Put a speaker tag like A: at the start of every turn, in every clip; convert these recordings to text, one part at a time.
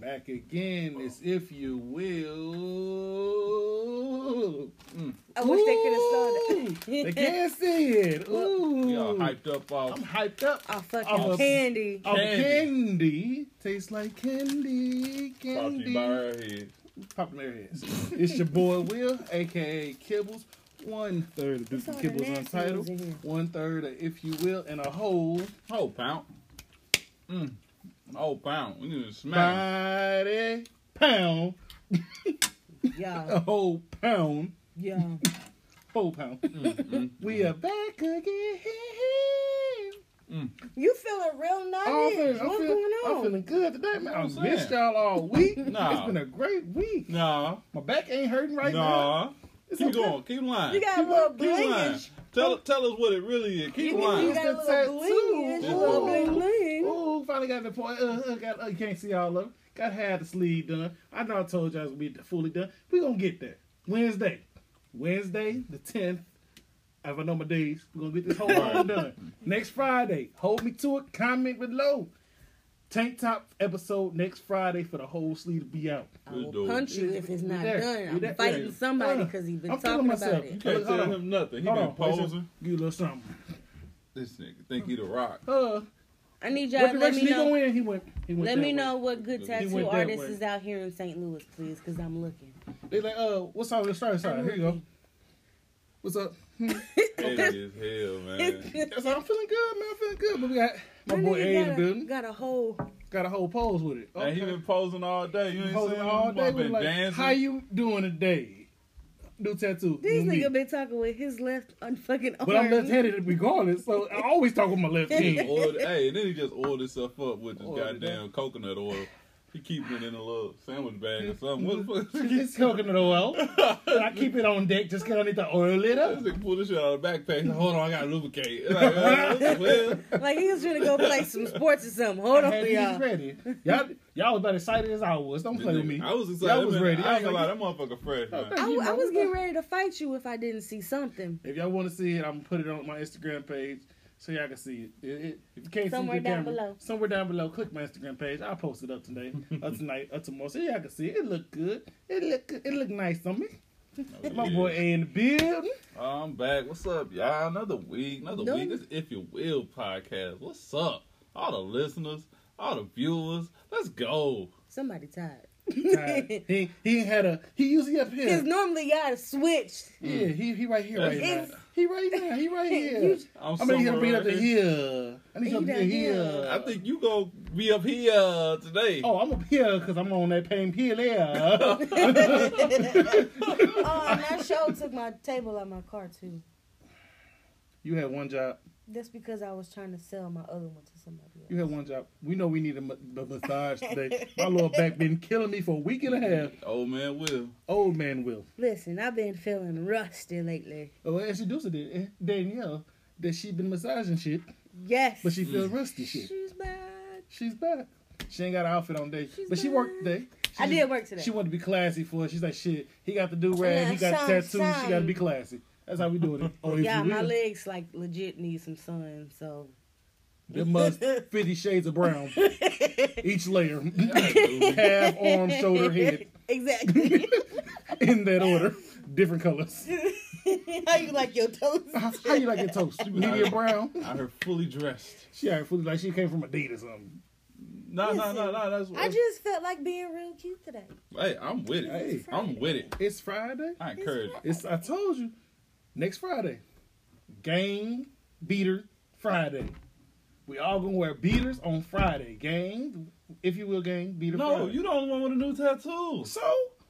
A: back again is if you will. Mm.
B: I wish they could have slowed
A: Ooh.
B: it.
A: They can't see it. Ooh.
C: We all hyped up off.
A: Mm. I'm hyped up.
B: Oh, fucking
A: Oh,
B: candy.
A: Oh,
C: Candy.
A: candy. tastes like candy.
C: Brought to
A: Candy.
C: you by our head.
A: Pop Mario's. it's your boy Will, aka Kibbles. One third of
B: It's
A: Dookie
B: all the
A: Kibbles
B: nasty ones in here.
A: Untitled. One third of If You Will, and a whole
C: Whole pound. Mm. Whole pound. We need to smack. 'em.
A: mighty pound.
B: Yeah,
A: A whole pound.
B: yeah.
A: Whole pound.
C: Mm,
A: we are back again.
B: You feeling real nutty?
A: Oh, I'm feeling, I'm,
B: What's
A: feeling, I'm
B: going on?
A: feeling good today, man. I
C: That's what I'm
A: missed
C: saying.
A: y'all all week.
C: Nah.
A: It's been a great week.
C: Nah.
A: My back ain't hurting right now.
C: nah.
A: It's
C: Keep
A: okay.
C: going. Keep lying.
B: You got a
C: keep,
B: little
C: keep lying.
B: blingish.
C: Tell, tell us what it really is. Keep
B: You got
C: lying.
B: you got a
A: It's the
B: little blingish.
A: tattoo.
B: a little
A: Ooh.
B: bling bling.
A: Ooh, finally got the point. Uh, uh, got, uh, you can't see all of it. Got half the sleeve done. I know I told y'all it was gonna be fully done. We gonna get there Wednesday, Wednesday the tenth. If I know my days, we gonna get this whole thing done. Next Friday, hold me to it. Comment below. Tank top episode next Friday for the whole sleeve to be out.
B: I
C: Good
B: will
C: dude.
B: punch you if it's
A: We
B: not
A: there.
B: done.
A: We
B: I'm
A: there.
B: fighting
A: Yeah.
B: somebody
A: Uh,
B: because he's been
A: I'm feeling
B: talking about
A: myself.
C: You
B: it.
C: can't
A: Hold on.
C: tell him nothing. He been
A: wait a second.
C: posing.
A: Give you a little something.
C: This nigga think he the rock.
A: Uh,
B: I need y'all
A: what
B: to let
A: direction
B: me
A: he
B: know.
A: go in? He went. He went
B: Let
A: that
B: me
A: way.
B: know what good
C: He
B: tattoo
A: went that
B: artist
A: way.
B: is out here in St. Louis, please, because I'm looking.
A: They like, uh, what's all this starting side? Here you go. What's up?
C: Heavy as hell, man.
A: That's how I'm feeling good, man. I'm feeling good. But we got my
B: That
A: boy
B: nigga
A: A in
B: got
A: the
B: a-
A: building.
B: Got a whole.
A: Got a whole pose with it.
C: And he been posing all day. You ain't
A: posing
C: seen him?
A: all day.
C: Boy,
A: We
C: Been
A: like,
C: dancing.
A: how you doing today? New tattoo.
B: These
A: new me.
B: nigga been talking with his left unfucking arm.
A: Mm-hmm. But I'm left-handed regardless, so I always talk with my left
C: He
A: hand.
C: ordered, hey, and then he just oiled himself up with this
A: Oiled it
C: goddamn coconut oil. He keep it in a little sandwich bag or something.
A: Mm-hmm.
C: What the fuck?
A: It's coconut oil. And I keep it on deck just 'cause I need to oil it
C: This
A: up.
C: nigga pulled this shit out of the backpack. He's like, Hold on, I gotta lubricate. Like, uh, what the hell?
B: Like he was trying to go play some sports or something. Hold
A: I
B: on,
A: had to
B: y'all.
A: get ready. Y'all, y'all was about as excited as I was. Don't play with me.
C: I was excited.
A: Y'all was
C: man.
A: ready.
C: I
A: I
C: ain't gonna lie,
A: was
C: that motherfucker fresh, man.
B: I,
A: You
B: w- I
A: know,
B: was
A: we
B: getting
A: got-
B: ready to fight you if I didn't see something.
A: If y'all want to see it, I'm gonna put it on my Instagram page so y'all can see it. It- it- if you can't
B: Somewhere
A: see the
B: down
A: camera,
B: below.
A: somewhere down below, click my Instagram page. I'll post it up today, or tonight, or tomorrow, so y'all can see it. It look good. It look good. It look nice on me.
C: Oh,
A: My boy A in the building.
C: I'm back. What's up, y'all? Another week, another
B: No.
C: week. This If You Will podcast. What's up? All the listeners, all the viewers. Let's go.
B: Somebody tired.
A: Tired. he he ain't had a he usually up here.
B: Because normally y'all switched.
A: Yeah,
C: Mm.
A: he he right here right now.
B: It's-
A: He right now. He right here.
B: You-
C: I'm
A: I mean, he
C: somewhere
A: gonna be up
C: right
A: to here. I need you up
B: He
A: to
B: down here.
A: here.
C: I think you gonna be up here uh, today.
A: Oh, I'm up here because I'm on that pain pill there.
B: Oh, and that show took my table out my car too.
A: you had one job.
B: That's because I was trying to sell my other one to somebody else.
A: You had one job. We know we need a, ma- a massage today. My little back been killing me for a week and a half.
C: Old Oh, man Will.
A: Old man will.
B: Listen, I've been feeling rusty lately.
A: Oh, and she Deuce did. eh, Danielle, that she been massaging shit,
B: Yes.
A: but she feel rusty shit.
B: She's bad.
A: She's back. She ain't got an outfit on day,
B: She's
A: but she worked today.
B: I did work today.
A: She wanted to be classy for it. She's like, shit, he got the do rag, he got
B: Yeah,
A: the
B: shine,
A: tattoos, she got to
B: shine.
A: be classy. That's how we doing it. Oh, if
B: yeah,
A: you
B: my
A: will.
B: legs like legit need some sun, so
A: That must 50 shades of brown. Each layer.
C: Dude,
A: Half, arm, shoulder, head.
B: Exactly.
A: In that order. Different colors.
B: How you like your toes?
A: How, how you like your toast? Medium brown?
C: I heard fully dressed.
A: She act fully like she came from a date or something.
C: No, no, no, no. That's
B: I
C: what.
B: just felt like being real cute today.
C: Hey, I'm with it.
A: Hey.
C: I'm with it.
A: It's Friday.
C: I encourage it.
A: It's I told you. Next Friday. Gang beater Friday. We all gonna wear beaters on Friday. Gang, if you will, gang beater
C: No,
A: Friday.
C: you the only one with a new tattoo.
A: So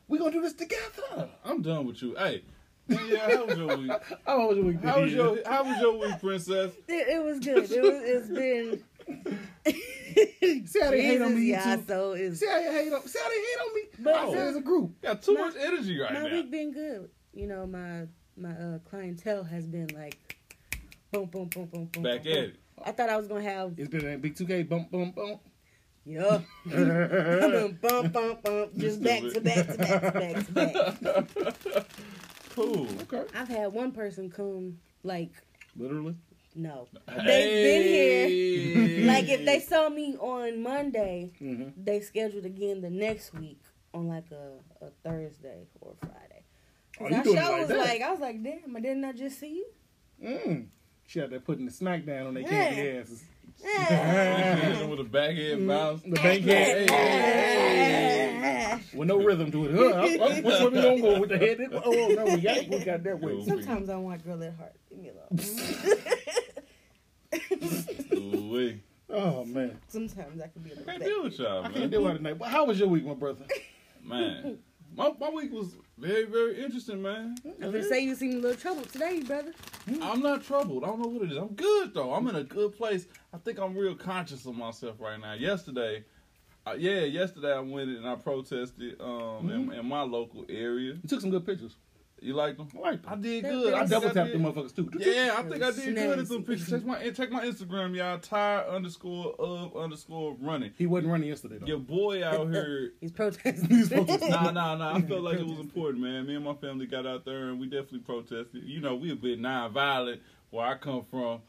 A: we gonna do this together.
C: I'm done with you. Hey, yeah, how was your week?
A: How was your week?
C: How was
A: Dahlia?
C: your How was your week, princess?
B: It, it was good. It was. It's been.
A: See how they hate on me, you
B: yeah,
A: too.
B: so it's
A: See how they hate on. See how they hate on me.
B: But-
A: I said as a group.
C: You got too
B: My-
C: much energy right
B: my
C: now.
B: week been good. You know, my my uh, clientele has been like, boom, boom, boom, boom, boom.
C: Back
B: boom,
C: at
B: boom.
C: it.
B: I thought I was gonna have
A: It's been a big 2K bump bump bump.
B: yeah, I've been bump, bump, bump, just back to back to back to back to back.
C: Cool.
A: okay.
B: I've had one person come like
A: Literally.
B: no,
C: Hey.
B: been Like if they saw me on Monday,
A: Mhm.
B: they scheduled again the next week on like a, a Thursday or Friday.
A: Oh,
B: 'Cause
A: you
B: I
A: doing it
B: sure
A: like
B: was
A: that.
B: like, I was like, damn, didn't I just see you?
A: Mm. She out there putting the smack down on their
B: Yeah.
A: candy asses.
C: Hit him with a back end bounce.
A: The bank head. With no rhythm to it. Huh? Which way we gonna go with the head? Oh no, we got we got that way.
B: Sometimes I want girl at heart. Leave me alone.
C: Ooh-wee.
A: Oh man,
B: Sometimes I can be a little
C: Can't
B: bit.
C: deal with y'all,
A: I
C: man.
A: can't do it tonight. Well, how was your week, my brother?
C: Man, my, my week was very, very interesting, man.
B: I was gonna say you seem a little troubled today, brother.
C: I'm not troubled. I don't know what it is. I'm good, though. I'm in a good place. I think I'm real conscious of myself right now. Yesterday, uh, yeah, yesterday I went and I protested um,
A: Mm-hmm.
C: in, in my local area.
A: You took some good pictures.
C: You like them?
A: I like
C: I
A: them.
C: did
B: They're
C: good.
B: pretty.
A: I
C: think
A: double tapped
C: did-
A: them motherfuckers too.
C: Yeah, I think I did good at some
B: Snazzy.
C: pictures. Check my check my Instagram, y'all. Tire underscore of underscore running.
A: He wasn't running yesterday though.
C: Your boy out here
B: He's protesting.
A: He's protesting.
C: nah, nah, nah. I felt like it was important, man. Me and my family got out there and we definitely protested. You know, we a bit non-violent where I come from,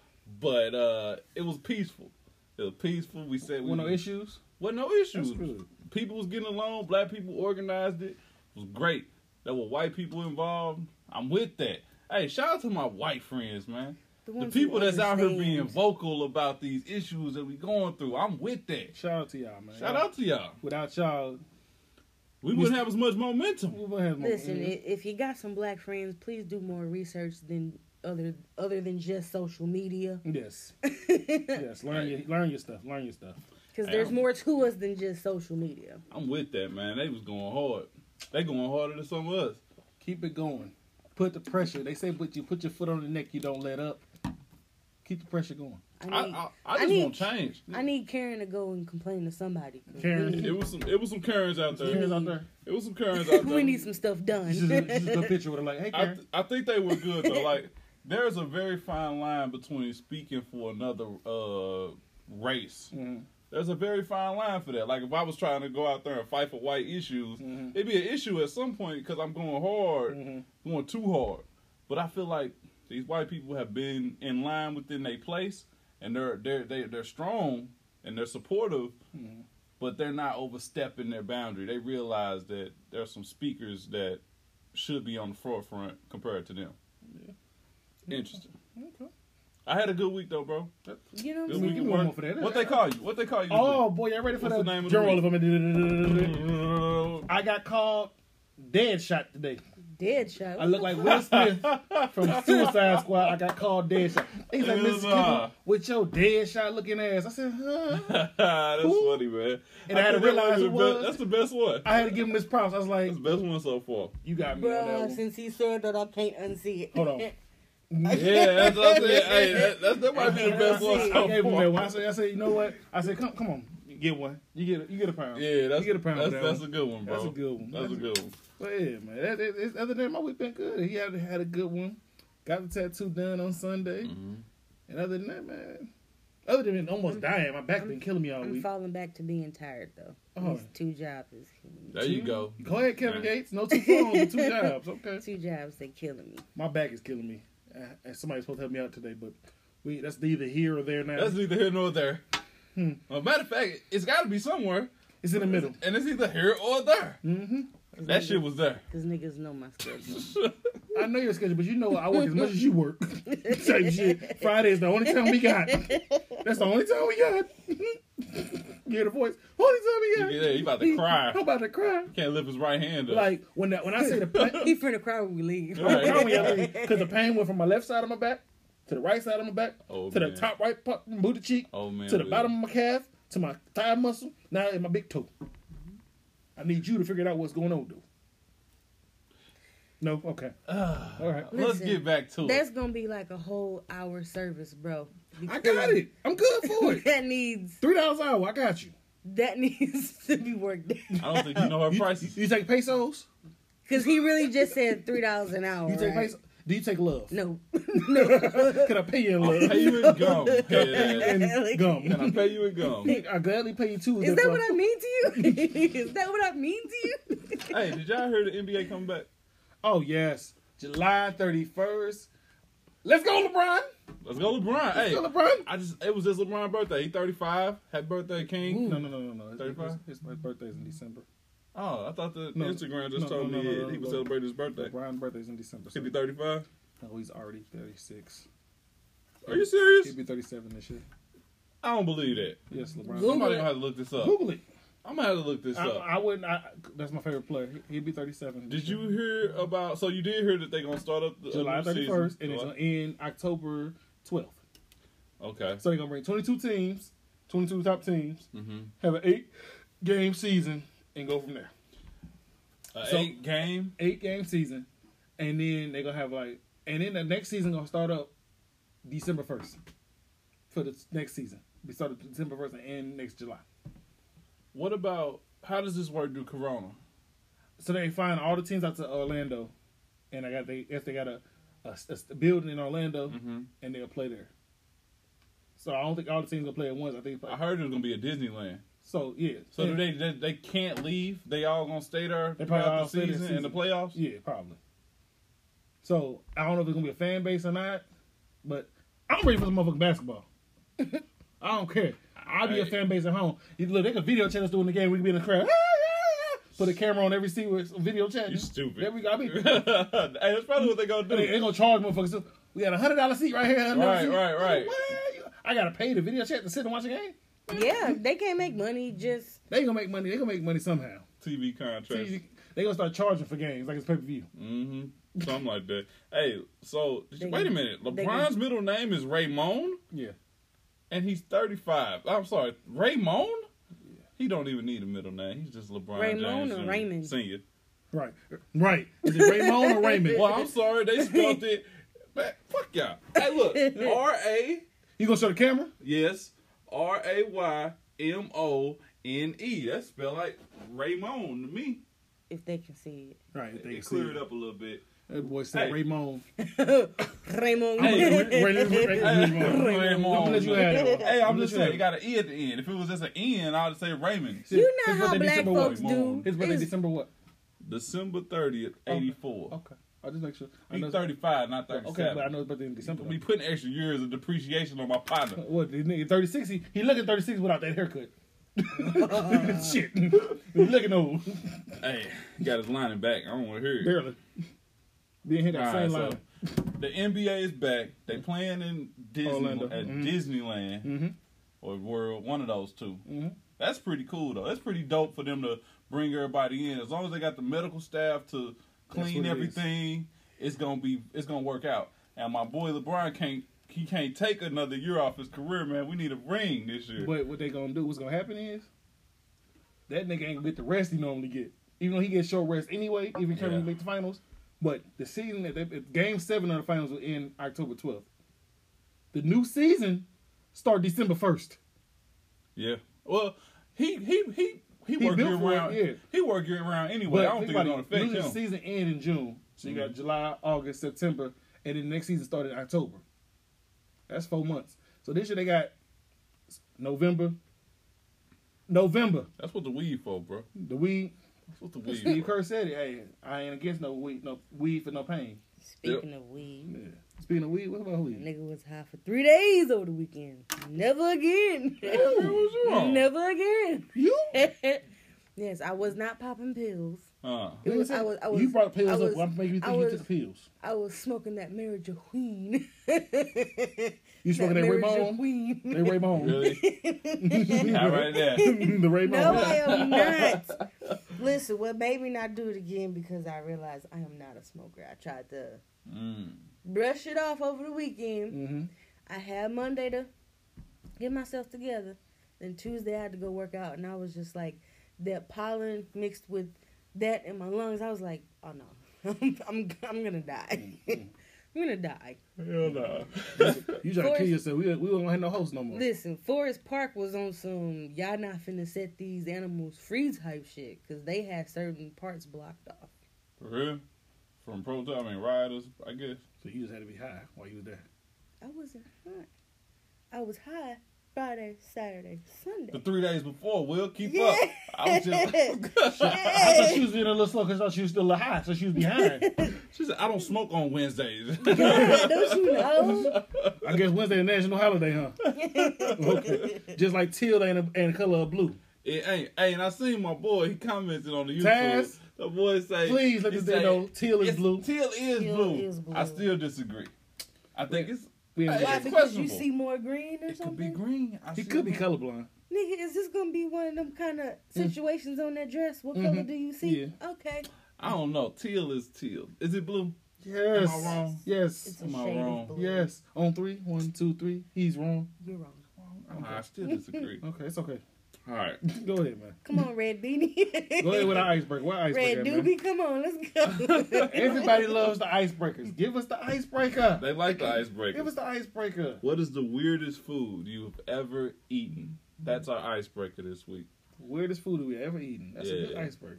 C: but uh, it was peaceful. It was peaceful. We said we
A: With no issues.
C: Wasn't no issues.
A: That's good.
C: People was getting along. Black people organized it. It was great. There were white people involved. I'm with that. Hey, shout out to my white friends, man. The
B: ones who
C: people that's out here being
B: understand.
C: vocal about these issues that we going through. I'm with that.
A: Shout out to y'all, man.
C: Shout out to y'all.
A: Without y'all,
C: We wouldn't have as much momentum.
A: we wouldn't have more-
B: Listen,
C: Mm-hmm.
B: i if you got some black friends, please do more research than other other than just social media,
A: Yes.
B: because
A: Yes. Learn your learn your stuff. Learn your stuff.
B: there's more to us than just social media.
C: I'm with that, man. They was going hard. They going harder than some of us.
A: Keep it going. Put the pressure. They say, but you put your foot on the neck, you don't let up. Keep the pressure going.
B: I
C: I,
B: need,
C: I, I
B: I
C: just
B: need-
C: want change.
B: I need Karen to go and complain to somebody. 'cause
A: Karen.
C: It was some, it was some Karens out
A: Your hands
C: there.
A: out there.
C: It was some Karens
B: we,
C: out there.
B: we need some stuff done.
A: She's just, she's just a picture with her like, hey
C: I,
A: Karen.
C: th- I think they were good though. Like there's a very fine line between speaking for another uh, race.
A: Mhm.
C: There's a very fine line for that. Like if I was trying to go out there and fight for white issues,
A: Mhm.
C: it'd be an issue at some point because I'm going hard,
A: Mhm.
C: going too hard. But I feel like these white people have been in line within their place, and they're they're they, they're strong and they're supportive.
A: Mm-hmm.
C: But they're not overstepping their boundary. They realize that there's some speakers that should be on the forefront compared to them. Interesting.
A: Okay.
C: I had a good week though, bro.
B: you know what
A: Give
C: Good
B: I'm
A: me-
B: saying?
C: week
A: give
C: at
A: me one
C: work.
A: more for that.
C: What they call you? What they call you?
A: Oh boy, y'all ready for
C: What's
A: the,
C: the name of the Mm-hmm.
A: journal
C: week?
A: of them?
C: This
A: I got called dead shot today.
B: Dead shot.
A: I look like Will Smith from Suicide Squad. I got called dead shot. He's like,
C: It was,
A: Mrs.
C: uh,
A: Kimball, with your dead shot looking ass. I said, huh? Who?
C: funny, man.
A: And I had to
C: think that
A: realize
C: was the
A: it
C: be-
A: was-
C: that's the best one.
A: I had to give him his props. I was like,
C: That's the best one so far.
A: you got me on that
B: Bruh,
A: one.
B: since he said that, I can't unsee it.
A: Hold on.
C: Yeah, that's what I'm saying. hey, that, that's, that might be the best one so
A: I gave him
C: far.
A: that one. I said, I said, you know what? I said, come, come on, you get one. You get, a, you get a pound.
C: Yeah, that's,
A: you get a pound.
C: that's,
A: for that
C: that's a
A: one.
C: good one, bro.
A: That's a good one.
C: That's a good one.
A: But yeah, man. That, that, that, other than that, my week been good. He had had a good one. Got the tattoo done on Sunday.
C: Mm-hmm.
A: And other than that, man. Other than almost dying, my back been killing me all
B: I'm
A: week.
B: falling back to being tired though.
A: Oh.
B: These two jobs is killing me.
C: There you go.
A: Go ahead, Kevin
C: Man.
A: Gates. No two phones, two jobs. Okay.
B: Two jobs they killing me.
A: My back is killing me. Uh, And somebody's supposed to help me out today, but we that's neither here or there now.
C: That's neither here nor there.
A: Hmm.
C: Well, matter of fact, it's got to be somewhere,
A: it's in the middle.
C: and it's either here or there.
A: Mm-hmm.
C: That shit was there.
B: Cause niggas know my schedule.
A: I know your schedule, but you know I work as much as you work. Type shit. Friday is the only time we got. That's the only time we got. Hear the voice. Only time we got.
C: You get it, you about to cry.
A: I'm about to cry.
C: Can't lift his right hand up.
A: Like when that, when I say the pain,
B: he finna cry when we leave.
C: Right.
A: because the pain went from my left side of my back to the right side of my back
C: Oh,
A: to
C: man.
A: the top right part, booty cheek
C: oh man,
A: to the
C: Will.
A: bottom of my calf to my thigh muscle. Now in my big toe. I need you to figure out what's going on, dude. No, okay,
C: Ah.
A: all right.
C: Let's
B: Listen,
C: get back to
B: That's
C: it.
B: gonna be like a whole hour service, bro.
A: I got
B: Because
A: it. I'm good for it.
B: That needs
A: Three dollars an hour. I got you.
B: that needs to be worked out.
C: I don't think you know her
A: You,
C: prices.
A: you take pesos.
B: Cause he really just said three dollars an hour.
A: You take
B: right?
A: pesos. Do you take love?
B: No.
A: Can I pay you in
C: I'll
A: love?
C: pay you in gum. head ass.
A: And
C: Can I
A: gum.
C: pay you in gum?
A: I gladly pay you two.
B: Is that what I mean to you? Is that what I mean to you?
C: hey, did y'all hear the NBA come back?
A: Oh yes, July thirty first. Let's go, LeBron.
C: Let's go, LeBron.
A: Let's
C: Hey,
A: go, LeBron.
C: I just it was his LeBron birthday. He 35. Happy birthday, King.
A: No, no, no, no, no. His-
C: 35?
A: His, his birthday's in December.
C: Oh, I thought the
A: No.
C: Instagram just
A: No,
C: told
A: no,
C: me
A: no, no, no,
C: he was
A: no.
C: celebrating his birthday.
A: LeBron's birthday's in December.
C: He'd
A: So
C: be 35.
A: no, he's already 36.
C: Are you serious?
A: He'd be 37 this year.
C: I don't believe that.
A: Yes, LeBron.
B: Google
C: Somebody
B: it.
C: gonna have to look this up.
A: Google it.
C: I'm gonna have to look this
A: I,
C: up.
A: I wouldn't. I, that's my favorite player. He- He'd be 37.
C: Did you hear about? So you did hear that they're gonna start up the
A: July
C: new season.
A: 31st, and it's
C: July-
A: going to end October 12th.
C: okay.
A: So they're going to bring 22 teams, 22 top teams,
C: Mm-hmm.
A: have an eight game season, and go from there.
C: A
A: So-
C: Uh, eight game.
A: Eight game season, and then they're going to have like, and then the next season going to start up December 1st for the next season. We started December 1st and end next July.
C: What about? How does this work? Do Corona?
A: So they find all the teams out to Orlando, and I got they if they got a, a, a building in Orlando,
C: Mm-hmm.
A: and they'll play there. So I don't think all the teams will play at once. I think
C: I heard it was gonna be a Disneyland.
A: so. Yeah.
C: So
A: yeah.
C: do they, they? They can't leave. They all gonna stay there
A: They probably
C: throughout
A: all
C: the
A: stay there
C: season, and the
A: season.
C: playoffs.
A: Yeah, probably. So I don't know if it's gonna be a fan base or not, but I'm ready for some motherfucking basketball. I don't care. I'll be a
C: Hey.
A: fan base at home. You look, they could video chat us during the game. We could be in the crowd. Put a camera on every seat with video chat.
C: You stupid.
A: There we go. I mean,
C: hey, that's probably what they gonna
A: They, they
C: do.
A: gonna charge motherfuckers. too. We got a hundred dollar seat right here. $100
C: Right,
A: seat.
C: right, right.
A: What? I gotta pay the video chat to sit and watch a game.
B: Yeah, they can't make money just
A: They gonna make money. They gonna make money somehow.
C: TV contracts.
A: See, they gonna start charging for games like it's pay per view.
C: Mm-hmm. Something like that. Hey, so
B: They
C: wait a
B: can-
C: minute.
B: they can-
C: LeBron's middle name is Raymond,
A: Yeah.
C: and he's thirty-five. I'm sorry, Raymond.
A: Yeah.
C: He don't even need a middle name. He's just LeBron
B: Raymond
C: James
B: or
C: Jr.
B: Raymond?
C: Senior.
A: Right. Right. Is it Raymond or Raymond?
C: Well, I'm sorry they spelled it. Man, fuck y'all. Hey, look, R A.
A: You gonna show the camera?
C: Yes, R A Y M O N E. That's spelled like Raymond to me.
B: if they can see
A: Right. if
C: They
A: They
C: cleared it up a little bit.
A: That boy said
C: Hey.
A: Raymond.
B: it. Raymond.
C: Hey,
A: Ray- Ray- Ray- Ray- Raymond. I'm gonna let you have that one.
C: Hey, I'm
A: Let
C: just
A: you
C: saying,
A: have
C: it got an E at the end. If it was just an N, I would say Raymond.
A: See,
B: You know
A: his
B: how
A: birthday
B: black
A: December
B: folks
A: what?
B: do.
A: His birthday
B: It's-
A: December what?
C: December 30th, 84.
A: Okay. I'll just make sure. I know
C: He's
A: it's-
C: 35, not 37.
A: Okay, but I know it's birthday in December.
C: We putting extra years of depreciation on my partner.
A: What this nigga thirty six? He, he looking thirty six without that haircut. Shit, he looking old
C: Hey, he got his lining back. I don't want to hear it.
A: barely. Being hit that
C: All
A: same
C: right,
A: line.
C: so the NBA is back. They playing in Disney
A: Orlando.
C: at
A: Mhm.
C: Disneyland
A: Mhm.
C: or World, one of those 2
A: Mhm.
C: That's pretty cool though. That's pretty dope for them to bring everybody in. As long as they got the medical staff to clean
A: what it is.
C: everything, it's gonna be it's gonna work out. And my boy LeBron can't he can't take another year off his career, man. We need a ring this year.
A: But what they gonna do? What's gonna happen is that nigga ain't gonna get the rest he normally get. Even though he gets short rest anyway, even coming
C: Yeah.
A: to make the finals. But the season that they, game seven of the finals will end October twelfth. The new season start December first.
C: yeah. Well, he he he he,
A: He
C: work year
A: built for it,
C: round.
A: yeah.
C: He work year round anyway. I don't think it's gonna affect
A: usually
C: him.
A: the season end in June, so you got
C: Mhm.
A: July, August, September, and then the next season started in October. That's four months. So this year they got November, November.
C: That's what the weed for, bro.
A: The weed.
C: That's what the weed.
A: Steve
C: for.
A: Kerr said it. Hey, I ain't against no weed, no weed for no pain.
B: Speaking of weed,
A: Yeah. Speaking of weed, what about
B: a
A: weed?
B: nigga was high for three days over the weekend. Never again.
C: Damn, what's wrong?
B: Never again.
A: You?
B: yes, I was not popping pills.
C: Uh,
B: It was, I was, I was,
A: you brought pills
B: I was-
A: up. I'm making you
B: I
A: think you
B: was-
A: took pills.
B: I was smoking that marijuana.
A: You smoking that Raymond? That
B: marijuana.
A: Raymond.
C: really? All right there.
A: the Raymond.
B: No, I am not. Listen, well, maybe not do it again because I realized I am not a smoker. I tried to
C: Mm.
B: brush it off over the weekend.
A: Mm-hmm.
B: I had Monday to get myself together. Then Tuesday I had to go work out, and I was just like that pollen mixed with that in my lungs. I was like, oh no, I'm I'm, I'm gonna die. I'm gonna die.
C: Hell no.
A: You trying to
B: Forrest-
A: kill yourself. We, we don't have no host no more.
B: Listen, Forest Park was on some y'all not finna set these animals free type shit because they had certain parts blocked off.
C: For real? From protest, I mean rioters, I guess.
A: So you just had to be high while you was there.
B: I wasn't high. I was high Friday, Saturday, Sunday.
C: The three days before, Will keep
B: Yeah.
C: up. I was just.
A: I thought she was being a little slow because I thought she was still a little high, so she was behind.
C: she said, "I don't smoke on Wednesdays."
B: God, don't you know?
A: I guess Wednesday a national holiday, huh? okay. Just like teal ain't a, ain't a color of blue.
C: it ain't. Hey, and I seen my boy. He commented on the YouTube.
A: Taz,
C: the boy say,
A: Please let
C: he
A: this day
C: say,
A: know teal is
C: "It's-
A: blue.
C: Teal is
B: Teal
C: blue.
B: is blue.
C: I still disagree. I think it's.
A: We ain't-
C: Hey,
B: Why?
C: it's
B: Because you
C: questionable.
B: see more green or
C: It could be
B: something?
C: green. I
A: He
C: see
A: could be
C: it.
A: colorblind.
B: Nigga, is this gonna be one of them kind of situations on that dress? What color
A: Mhm.
B: do you see? Okay.
C: I don't know. Teal is teal. Is it blue?
A: Yes.
C: Am I wrong?
A: Yes.
B: It's a
C: Am I
B: shade
C: wrong?
B: of blue.
A: Yes. On three. One, two, three. He's wrong.
B: You're wrong.
C: I still disagree.
A: Okay, it's okay.
C: All right.
A: Go ahead, man.
B: Come on, Red Beanie.
A: Go ahead with the iceberg. What
B: Red
A: icebreaker, man?
B: Doobie, come on, let's go.
A: Everybody loves the icebreakers. Give us the icebreaker.
C: They like the
A: Give
C: icebreaker.
A: us the icebreaker.
C: What is the weirdest food you've ever eaten? That's our icebreaker this week.
A: Weirdest food we ever eaten. That's a good
C: Yeah.
A: iceberg.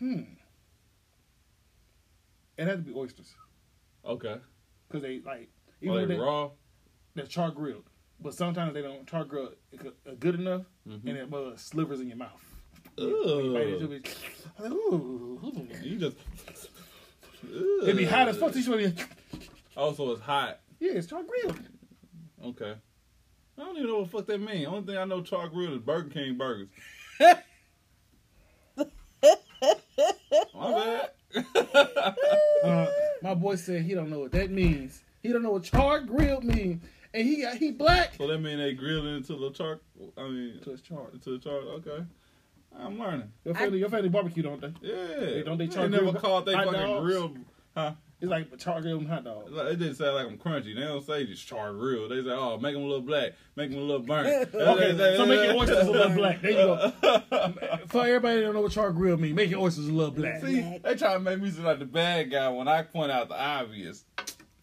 A: Hmm. It had to be oysters
C: Okay.
A: because they like even when
C: Like
A: they,
C: Oh, raw.
A: they're char grilled, but sometimes they don't char grill it co- uh, good enough,
C: Mhm.
A: and it uh, slivers in your mouth. You bite it,
C: Ugh.
A: it'll be- Ooh.
C: You just.
A: It'd be hot as fuck. so You should be,
C: Also, Oh, it's hot.
A: yeah, it's char grilled.
C: Okay. I don't even know what the fuck that mean. Only thing I know char grilled is Burger King burgers. My bad.
A: Uh, my boy said he don't know what that means. He don't know what char grilled means, and he got he black.
C: So that mean they grilled it into the char. I mean,
A: So it's char.
C: to the char. Okay. I'm learning.
A: Your family, your family barbecue, don't they?
C: Yeah.
A: don't they
C: I
A: char
C: ain't never
A: grilled
C: called they
A: hot
C: fucking
A: dogs?
C: grilled. Huh?
A: It's like char grilled hot dog.
C: Like, It didn't say like I'm crunchy. They don't say just char grilled. They say, oh, make them a little black, make them a little burnt. They
A: Okay,
C: say-
A: so make your oysters a little black. There you go. For everybody that don't know what char grilled mean, make your oysters a little black.
C: See, they try to make me seem like the bad guy when I point out the obvious.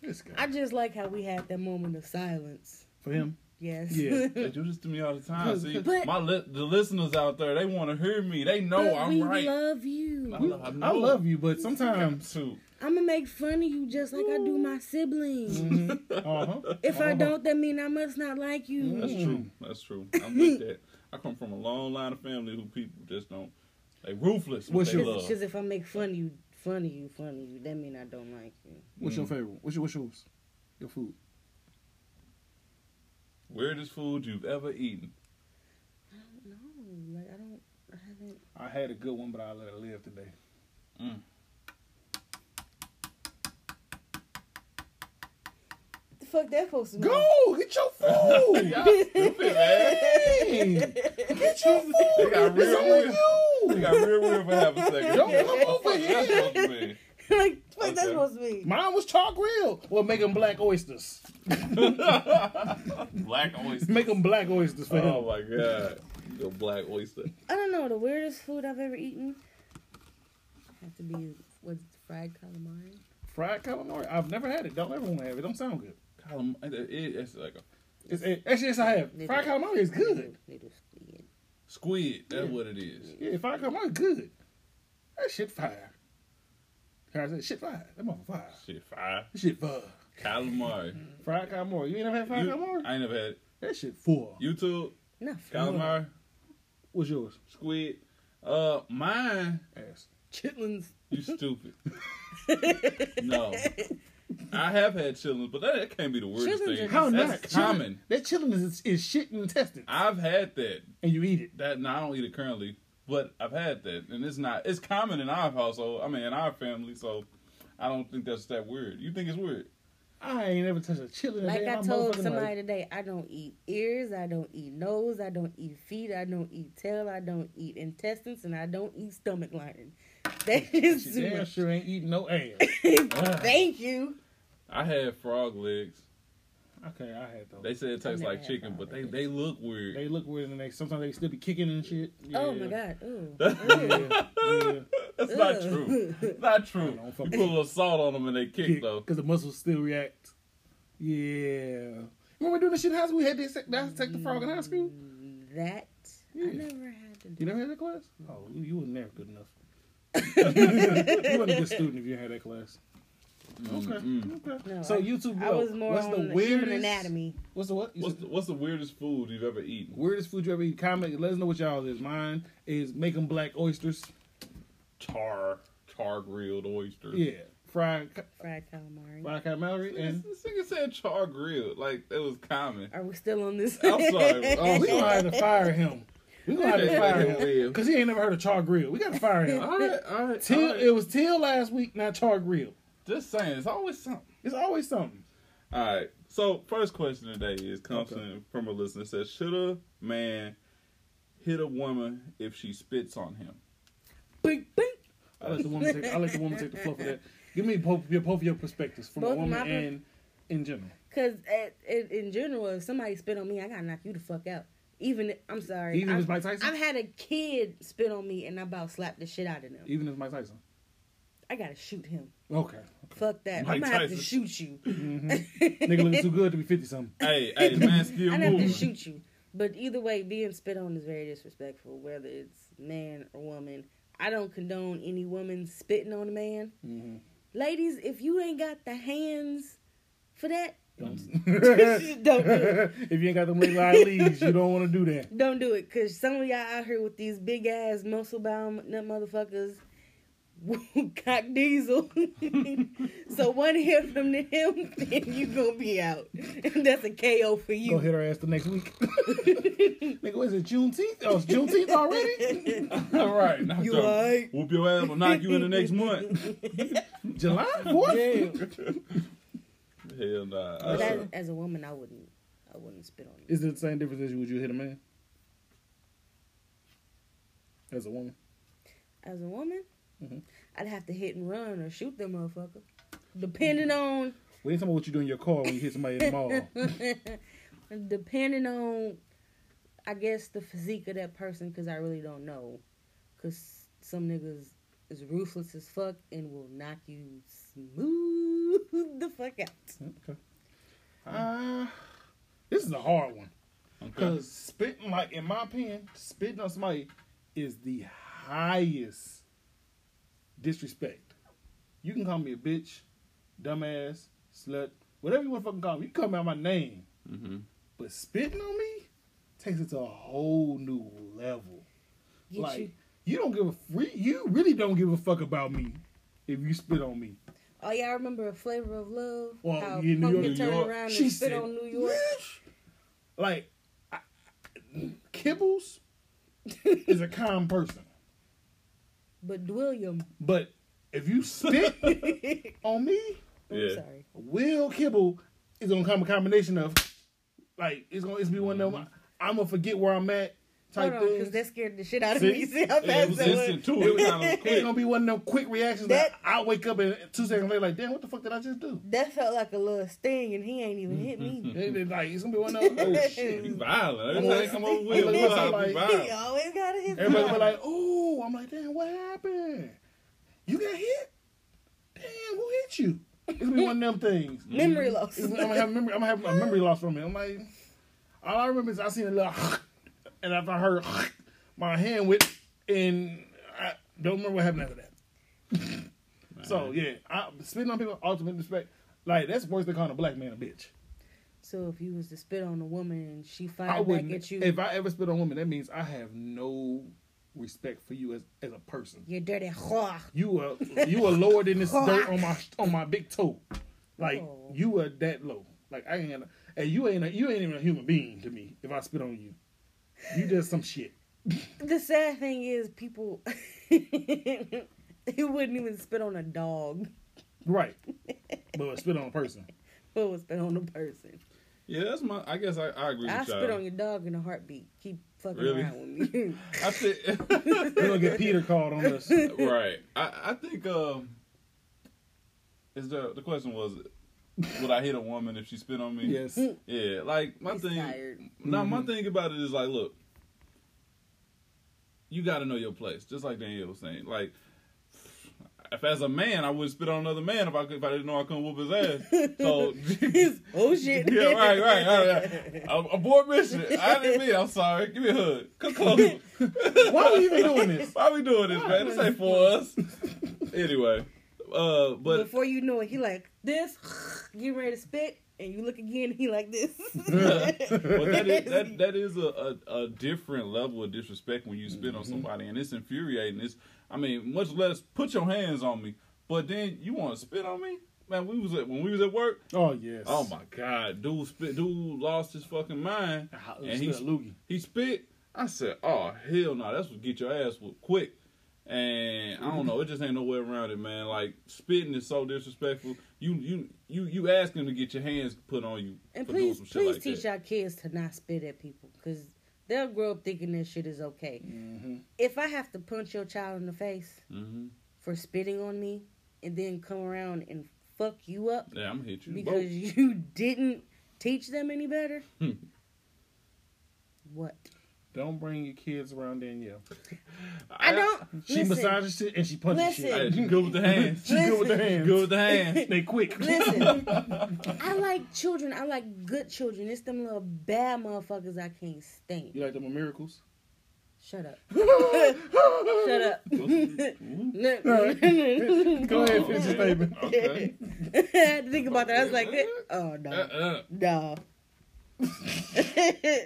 A: This guy.
B: I just like how we had that moment of silence.
A: For him.
B: Yes.
A: Yeah.
C: They do this to me all the time. See,
B: But-
C: my li- the listeners out there, they want to hear me. They know
B: but
C: I'm
B: we
C: right.
B: love you.
C: I
A: We-
C: love- I know.
A: I love you, but sometimes.
C: too.
B: I'm gonna make fun of you just like I do my siblings.
A: Mm-hmm. Uh-huh.
B: If I don't, that mean I must not like you.
C: That's true. That's true. I'm with that. I come from a long line of family who people just don't. They ruthless. with
A: What's
C: they
A: your-
C: love.
B: Because if I make fun of you, fun of you, fun of you, that mean I don't like you.
A: What's your favorite? What's, your, what's yours? Your food.
C: weirdest food you've ever eaten?
B: No, like I don't, I haven't.
A: I had a good one, but I let it live today.
B: The fuck that supposed to be?
A: Go! Get your food!
C: Y'all stupid, man.
A: Dang. Get your food!
C: They got
A: It's on
C: real weird. They
A: you!
C: got real weird for half a second.
A: Don't come over
C: That's supposed to be.
B: like fuck that
C: Okay.
B: supposed to be?
A: Mine was char grilled. Well, make them black oysters.
C: Black oyster.
A: Make them black oysters for
C: Oh
A: him.
C: my god. The black oyster.
B: I don't know. The weirdest food I've ever eaten have to be was fried calamari.
A: Fried calamari. I've never had it. Don't ever want to have it. Don't sound good.
C: Calam- it- it- it's like a
A: It's, it, actually, yes, I have. Fried calamari is good.
B: Noodle, noodle squid.
C: squid. That's what it is.
A: Yeah, fried calamari good. That shit fire. I said, shit fire. That motherfucker fire.
C: Shit, fire.
A: That shit fire.
C: Calamari.
A: Fried calamari. You ain't never had fried
C: You,
A: calamari?
C: I ain't never had it.
A: that shit four.
C: YouTube,
B: Not fried.
C: calamari,
A: What's yours?
C: squid. Uh, mine.
A: Ass.
B: Chitlins.
C: You stupid. no, I have had chillings, but that, that can't be the weirdest
B: Chillings
C: thing.
B: are
A: How
C: That's
A: not?
C: common.
A: Chillin- that chillin' is, is shit and intestine.
C: I've had that.
A: And you eat it.
C: That no, I don't eat it currently, but I've had that, and it's not. It's common in our household. I mean, in our family. So, I don't think that's that weird. You think it's weird?
A: I ain't never touched a chillin'
B: Like
A: in
B: I
A: my
B: told
A: motherfucking
B: somebody
A: life.
B: today, I don't eat ears, I don't eat nose, I don't eat feet, I don't eat tail, I don't eat intestines, and I don't eat stomach lining. That
A: She
B: is too
A: damn
B: much.
A: sure ain't eating no ass.
B: Thank you.
C: I had frog legs.
A: okay, I had those.
C: They
A: They,
C: said it tastes
B: never
C: like
B: had
C: chicken,
B: frog
C: but they they look weird.
A: look weird and they sometimes they still be kicking and shit.
B: Oh my
A: Yeah.
B: god. Ooh.
A: Yeah, yeah.
C: That's not true. Not true.
A: don't
C: You
A: fuck
C: put a
A: with
C: little salt on them and they kick though.
A: because the muscles still react. Yeah. Remember doing this shit in high school? We had this. That's take the frog in high school.
B: That I
A: Yeah.
B: never had to
A: You
B: do.
A: never had that class? Oh, you, you were never good enough. you weren't a good student if you had that class. Okay.
C: Mm.
A: Okay.
B: No,
A: so
B: I-
A: YouTube.
B: I was more
A: what's
B: on
A: the
B: the
A: weirdest?
B: human anatomy.
A: What's the what? You
C: What's
A: said-
C: the, what's the weirdest food you've ever eaten?
A: Weirdest food you ever eat? Comment. Let us know what y'all is. Mine is making black oysters.
C: Char, char grilled oysters.
A: Yeah, fried ca-
B: Fried calamari.
A: fried calamari and
C: This nigga said char grilled, like that was common.
B: Are we still on this?
C: I'm sorry.
A: oh, we
C: I'm
A: gonna
C: sorry.
A: have to fire him. We gonna have to fire him
C: Will.
A: because he ain't never heard of char grill. We gotta fire him.
C: All right, all right.
A: Till
C: all right.
A: it was till last week, not char grill.
C: Just saying, it's always something.
A: It's always something.
C: All right. So first question today is comes
A: Okay.
C: in from a listener. It Says, should a man hit a woman if she spits on him?
A: Bing, bing. I let the woman take. I let the woman take the flow for that. Give me both your both your perspectives from
B: Both
A: a
B: of
A: woman
B: my per-
A: and in general.
B: Because in general, if somebody spit on me, I gotta knock you the fuck out. Even I'm sorry.
A: Even if
B: I've-
A: it's Mike Tyson?
B: I've had a kid spit on me, and I about slapped the shit out of them.
A: Even if Mike Tyson.
B: I gotta shoot him.
A: Okay.
B: Fuck that.
C: Mike
B: I'm gonna have
C: Tyson.
B: to shoot you.
A: Mm-hmm. Nigga looking too good to be fifty something.
C: Hey, hey, man, still
B: I'd have to
C: moving.
B: shoot you. But either way, being spit on is very disrespectful, whether it's man or woman. I don't condone any woman spitting on a man.
A: Mm-hmm.
B: Ladies, if you ain't got the hands for that, don't do it.
A: if you ain't got them leg line leads, you don't want to do that.
B: Don't do it, cause some of y'all out here with these big ass muscle bound nut motherfuckers, cock diesel. so one hit from the him, then you gonna be out. That's a KO for
A: You gonna
B: you.
A: hit her ass the next week. Nigga, what is it Juneteenth? Oh, it's Juneteenth already?
C: All right. knock
B: You
C: your-
B: alright?
C: Whoop your ass. We'll knock you in the next month.
A: July fourth?
C: Hell nah. I
B: But
A: Uh,
B: as,
C: should-
B: as a woman, I wouldn't, I wouldn't spit on you.
A: Is it the same difference as you would you hit a man? As a woman,
B: As a woman,
A: Mm-hmm.
B: I'd have to hit and run or shoot them motherfucker, depending on.
A: we ain't talking about what you do in your car when you hit somebody in the mall.
B: depending on i guess the physique of that person because i really don't know because some niggas is ruthless as fuck and will knock you smooth the fuck out
A: Okay. Uh, this is a hard one
C: Okay.
A: because spitting, like in my opinion, spitting on somebody is the highest disrespect. You can call me a bitch, dumbass, slut, whatever you want to fucking call me. You can call me out my name,
C: Mm-hmm.
A: but spitting on me takes it to a whole new level.
B: Get
A: like
B: you.
A: you. don't give a free. You really don't give a fuck about me if you spit on me.
B: oh y'all remember a flavor of love
A: Well,
B: how
A: yeah, New
B: Pumpkin
A: York- New
B: turned
C: York.
B: around and
A: She
B: spit
A: said,
B: on new york
A: Like I, Kibbles is a calm person,
B: but william
A: but if you spit on me,
B: oh,
C: Yeah.
B: sorry
A: Will Kibble is gonna come a combination of like it's gonna it's be one of them. I'm gonna forget where I'm at
B: Mm-hmm.
A: type
B: hold on because
A: things.
B: that scared the shit out of
A: See?
B: me see how
C: It
B: fast
C: was
B: that was
C: instant too. It was kind of
A: It's
C: quick.
A: gonna be one of them quick reactions that,
B: That-
A: I wake up and two seconds later like, damn, what the fuck did I just do?
B: that felt like a little sting and he ain't even hit me
A: It- it- like it's gonna be one of them. Oh shit.
C: He violent.
A: I'm
C: Every
A: like-
C: time I'm over
A: I'm
C: with,
A: like,
C: he
A: what's
C: wild,
A: up, like-
B: he
C: he violent.
B: always got hit
A: Mm-hmm. Everybody be like, "Oh," I'm like, "Damn, what happened? You got hit? Damn, who hit you?" It's gonna be one of them things.
B: memory loss
A: It's- I'm gonna have memory. I'm gonna have a memory loss from it. I'm like, all I remember is I seen a little, and after I heard my hand went, and I don't remember what happened after that. So yeah, I, spitting on people, ultimate respect. Like that's worse than calling a black man a bitch.
B: So if you was to spit on a woman and she
A: I
B: fired back
A: wouldn't.
B: at you,
A: If I ever spit on women, that means I have no respect for you as as a person.
B: you dirty whore.
A: you are you are lower than this dirt on my on my big toe. Like
B: Oh.
A: you are that low. Like I ain't and you ain't a, you ain't even a human being to me if I spit on you. You just some shit.
B: The sad thing is, people he wouldn't even spit on a dog,
A: Right. But I spit on a person.
B: but would spit on a person.
C: Yeah, that's my. I guess I, I agree
B: I
C: with y'all.
B: spit on your dog in a heartbeat. Keep fucking
C: Really?
B: around with me.
C: I think.
A: We're gonna get Peter called on us.
C: right. I, I think um is there the question was would I hit a woman if she spit on me?
A: Yes.
C: Yeah, like my
B: He's
C: thing
B: tired.
C: now my thing about it is like look, you gotta know your place, just like Danielle was saying. Like if as a man I would spit on another man if I could, if I didn't know I couldn't whoop his ass. So
B: oh shit!
C: Yeah, right, right, right. right. Um, Abort mission. I didn't mean. I'm sorry. Give me a hug. Come closer.
A: Why are we even doing this?
C: Why we doing this, man? This ain't for us. anyway, uh, but
B: Before you know it, he like, this, getting ready to spit, and you look again, he like this.
C: but that is that, that is a, a, a different level of disrespect when you spit on somebody, and it's infuriating. It's I mean, much less put your hands on me, but then you want to spit on me, man. We was at, when we was at work.
A: Oh yes.
C: Oh my god, dude spit. Dude lost his fucking mind,
A: Ah,
C: and he
A: it's a loogie.
C: he spit. I said, "Oh hell no, that's what get your ass whooped quick." And I don't know, it just ain't no way around it, man. Like spitting is so disrespectful. You you you you ask him to get your hands put on you
B: and
C: for doing
B: please,
C: some shit
B: please
C: like
B: teach
C: that.
B: our kids to not spit at people, because they'll grow up thinking this shit is okay.
A: Mm-hmm.
B: If I have to punch your child in the face
C: hmm
B: for spitting on me, and then come around and fuck you up,
C: Mm-hmm. Yeah, I'm gonna hit you.
B: because
C: Both.
B: you didn't teach them any better?
C: Hmm.
B: what?
A: Don't bring your kids around Danielle.
B: I don't.
A: She
B: listen,
A: massages shit and she punches
C: I,
B: Listen.
A: shit.
C: good with the hands.
A: She good with the
B: Listen.
A: hands.
C: Good with the hands.
A: They quick.
B: Listen, I like children. I like good children. It's them little bad motherfuckers I can't stand.
A: You like them miracles?
B: Shut up.
A: Shut
B: Shut up.
C: Ooh,
B: No, no, no, no.
A: Go ahead,
C: Oh,
A: finish your
C: man.
A: statement.
C: okay.
B: I had to think about that. I was like, oh no,
C: Uh-uh.
B: no.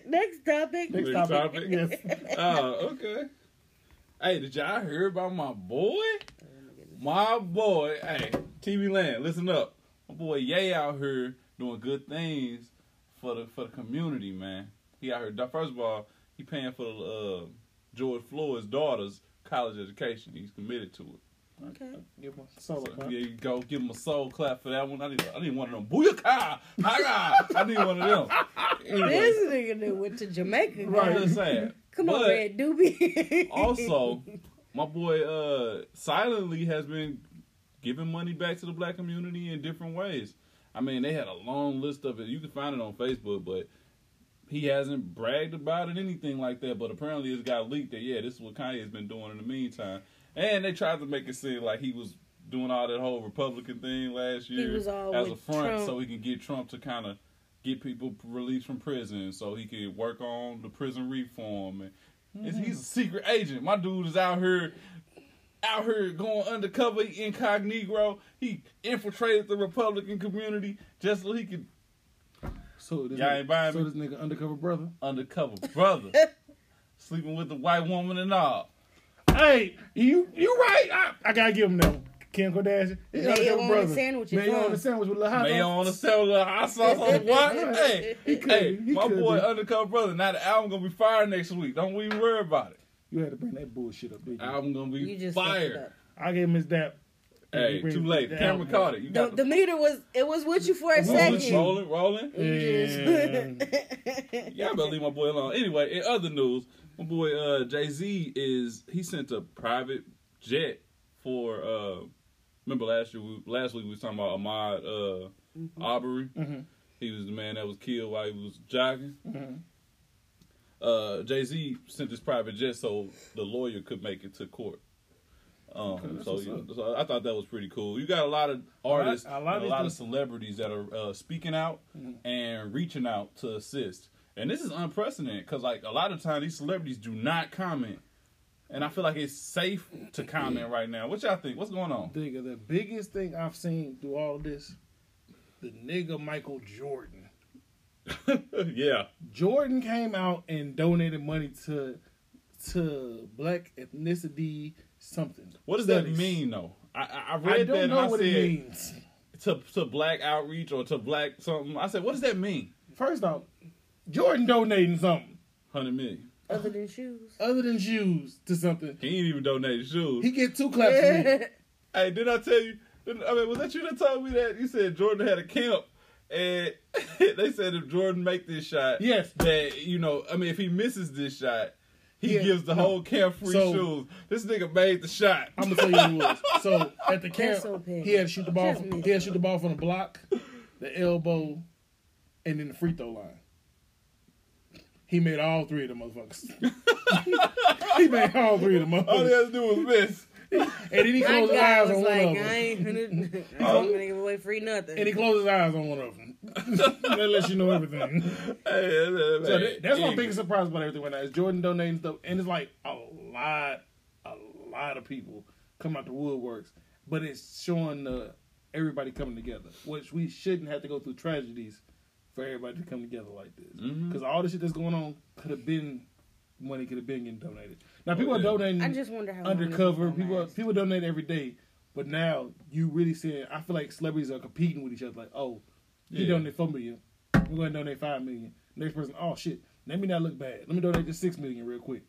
B: Next topic.
A: Next
C: Next
A: topic.
C: topic.
A: Yes.
C: Oh, okay. Hey, did y'all hear about my boy? My boy, hey, TV Land, listen up. My boy Ye out here doing good things for the for the community, man. He out here. First of all, he paying for uh, George Floyd's daughter's college education. He's committed to it.
B: Okay.
A: Give one solo
C: So,
A: clap.
C: there you go. Give him a soul clap for that one. I need I need one of them. Booyaka! Haga! I need one of them. Anyway,
B: This nigga done went to Jamaica.
C: I'm
B: guys.
C: just saying.
B: Come on,
C: But-
B: Red Doobie.
C: also, my boy uh silently has been giving money back to the black community in different ways. I mean, they had a long list of it. You can find it on Facebook, but he hasn't bragged about it anything like that. But apparently, it's got leaked that yeah, this is what Kanye has been doing in the meantime. And they tried to make it seem like he was doing all that whole Republican thing last year
B: was all
C: as a
B: with
C: front,
B: Trump.
C: so he can get Trump to kind of get people released from prison, so he can work on the prison reform and
B: Mm-hmm.
C: is He's a secret agent. My dude is out here, out here going undercover incognito. He infiltrated the Republican community just so he could
A: So this,
C: Y'all ain't
A: nigga,
C: buying
A: so
C: me?
A: this nigga undercover brother.
C: undercover brother, sleeping with the white woman and all.
A: Hey, you you right. I, I gotta give him that. one. Kim Kardashian. He
B: Mayo
A: undercover
B: on a
A: brother.
B: sandwich is
A: Mayo
B: fun.
A: on a sandwich with a hot
C: Mayo
A: dog.
C: on the cellular, hot sauce on the what? Hey,
A: He could
C: hey,
A: be, he
C: my
A: could
C: boy, uh,
A: be.
C: undercover brother. Now the album gonna be fired next week. Don't even worry about it.
A: You had to bring that bullshit up, didn't you?
C: Album gonna be
B: you just fucked it
C: fired.
B: up.
A: I gave him his dap.
C: Hey,
A: Bring
C: too late.
A: the
C: Camera
A: album.
C: caught it. You
B: The,
C: got
B: the meter was it was with you for a
A: Rolling
C: rolling,
B: second.
C: rolling, rolling.
A: And
C: Y'all better leave my boy alone. Anyway, in other news, my boy uh, Jay Z is he sent a private jet for. Uh, remember last year, we, last week we was talking about Ahmad uh, Aubrey.
A: Mhm.
C: He was the man that was killed while he was jogging.
A: Mhm.
C: Uh, Jay Z sent his private jet so the lawyer could make it to court. Um,
A: that's
C: so,
A: what's
C: yeah,
A: up.
C: so I thought that was pretty cool. You got a lot of artists,
A: a lot
C: and a
A: of
C: lot of
A: these- Mm.
C: celebrities that are uh, speaking out and reaching out to assist. And this is unprecedented because, like, a lot of times these celebrities do not comment. And I feel like it's safe to comment right now. What y'all think? What's going on?
A: Nigga, the biggest thing I've seen through all of this, the nigga Michael Jordan.
C: yeah.
A: Jordan came out and donated money to to black ethnicity something.
C: What does
A: Studies.
C: that mean, though? I, I, I read
A: I
C: that
A: don't
C: and
A: know
C: I
A: what
C: said
A: it means.
C: To, to black outreach or to black something. I said, what does that mean?
A: First off, Jordan donating something
C: 100 million.
B: Other than shoes.
A: other than shoes to something.
C: He ain't even donated shoes.
A: He get two claps for me.
C: Hey, did I tell you? did- I mean, was that you that told me that you said Jordan had a camp, and they said if Jordan make this shot,
A: Yes.
C: that you know, I mean, if he misses this shot, he
A: Yeah,
C: gives the
A: no.
C: whole camp free
A: So-
C: shoes. This nigga made the shot.
A: I'm gonna tell you what it was. So at the camp,
B: so petty.
A: he had to shoot the ball.
B: Just
A: From,
B: me.
A: he had to shoot the ball from the block, the elbow, and then the free throw line. He made all three of them motherfuckers. he made all three of them
C: All he
A: motherfuckers,
C: had to do was miss.
A: and then he
B: My
A: closed his
B: guy
A: eyes
B: was
A: on
B: like,
A: one of
B: I
A: them.
B: ain't gonna, I ain't gonna give away free nothing.
A: And he closed his eyes on one of them. that lets you know everything.
C: Hey,
A: So that- that's my biggest surprise about everything right now is Jordan donating stuff, and it's like a lot, a lot of people come out the woodworks, but it's showing the everybody coming together, which we shouldn't have to go through tragedies for everybody to come together like this. Because
C: Mhm.
A: all the shit that's going on could have been money could have been getting donated. Now
C: Oh,
A: people
C: yeah.
A: are donating
B: I just wonder how long this is
A: undercover.
B: gonna
A: People
B: last.
A: people donate every day, but now you really seeing. I feel like celebrities are competing with each other. Like, oh, you
C: Yeah.
A: donate four million, I'm going to donate five million. Next person, oh shit, let me not look bad. Let me donate just six million real quick.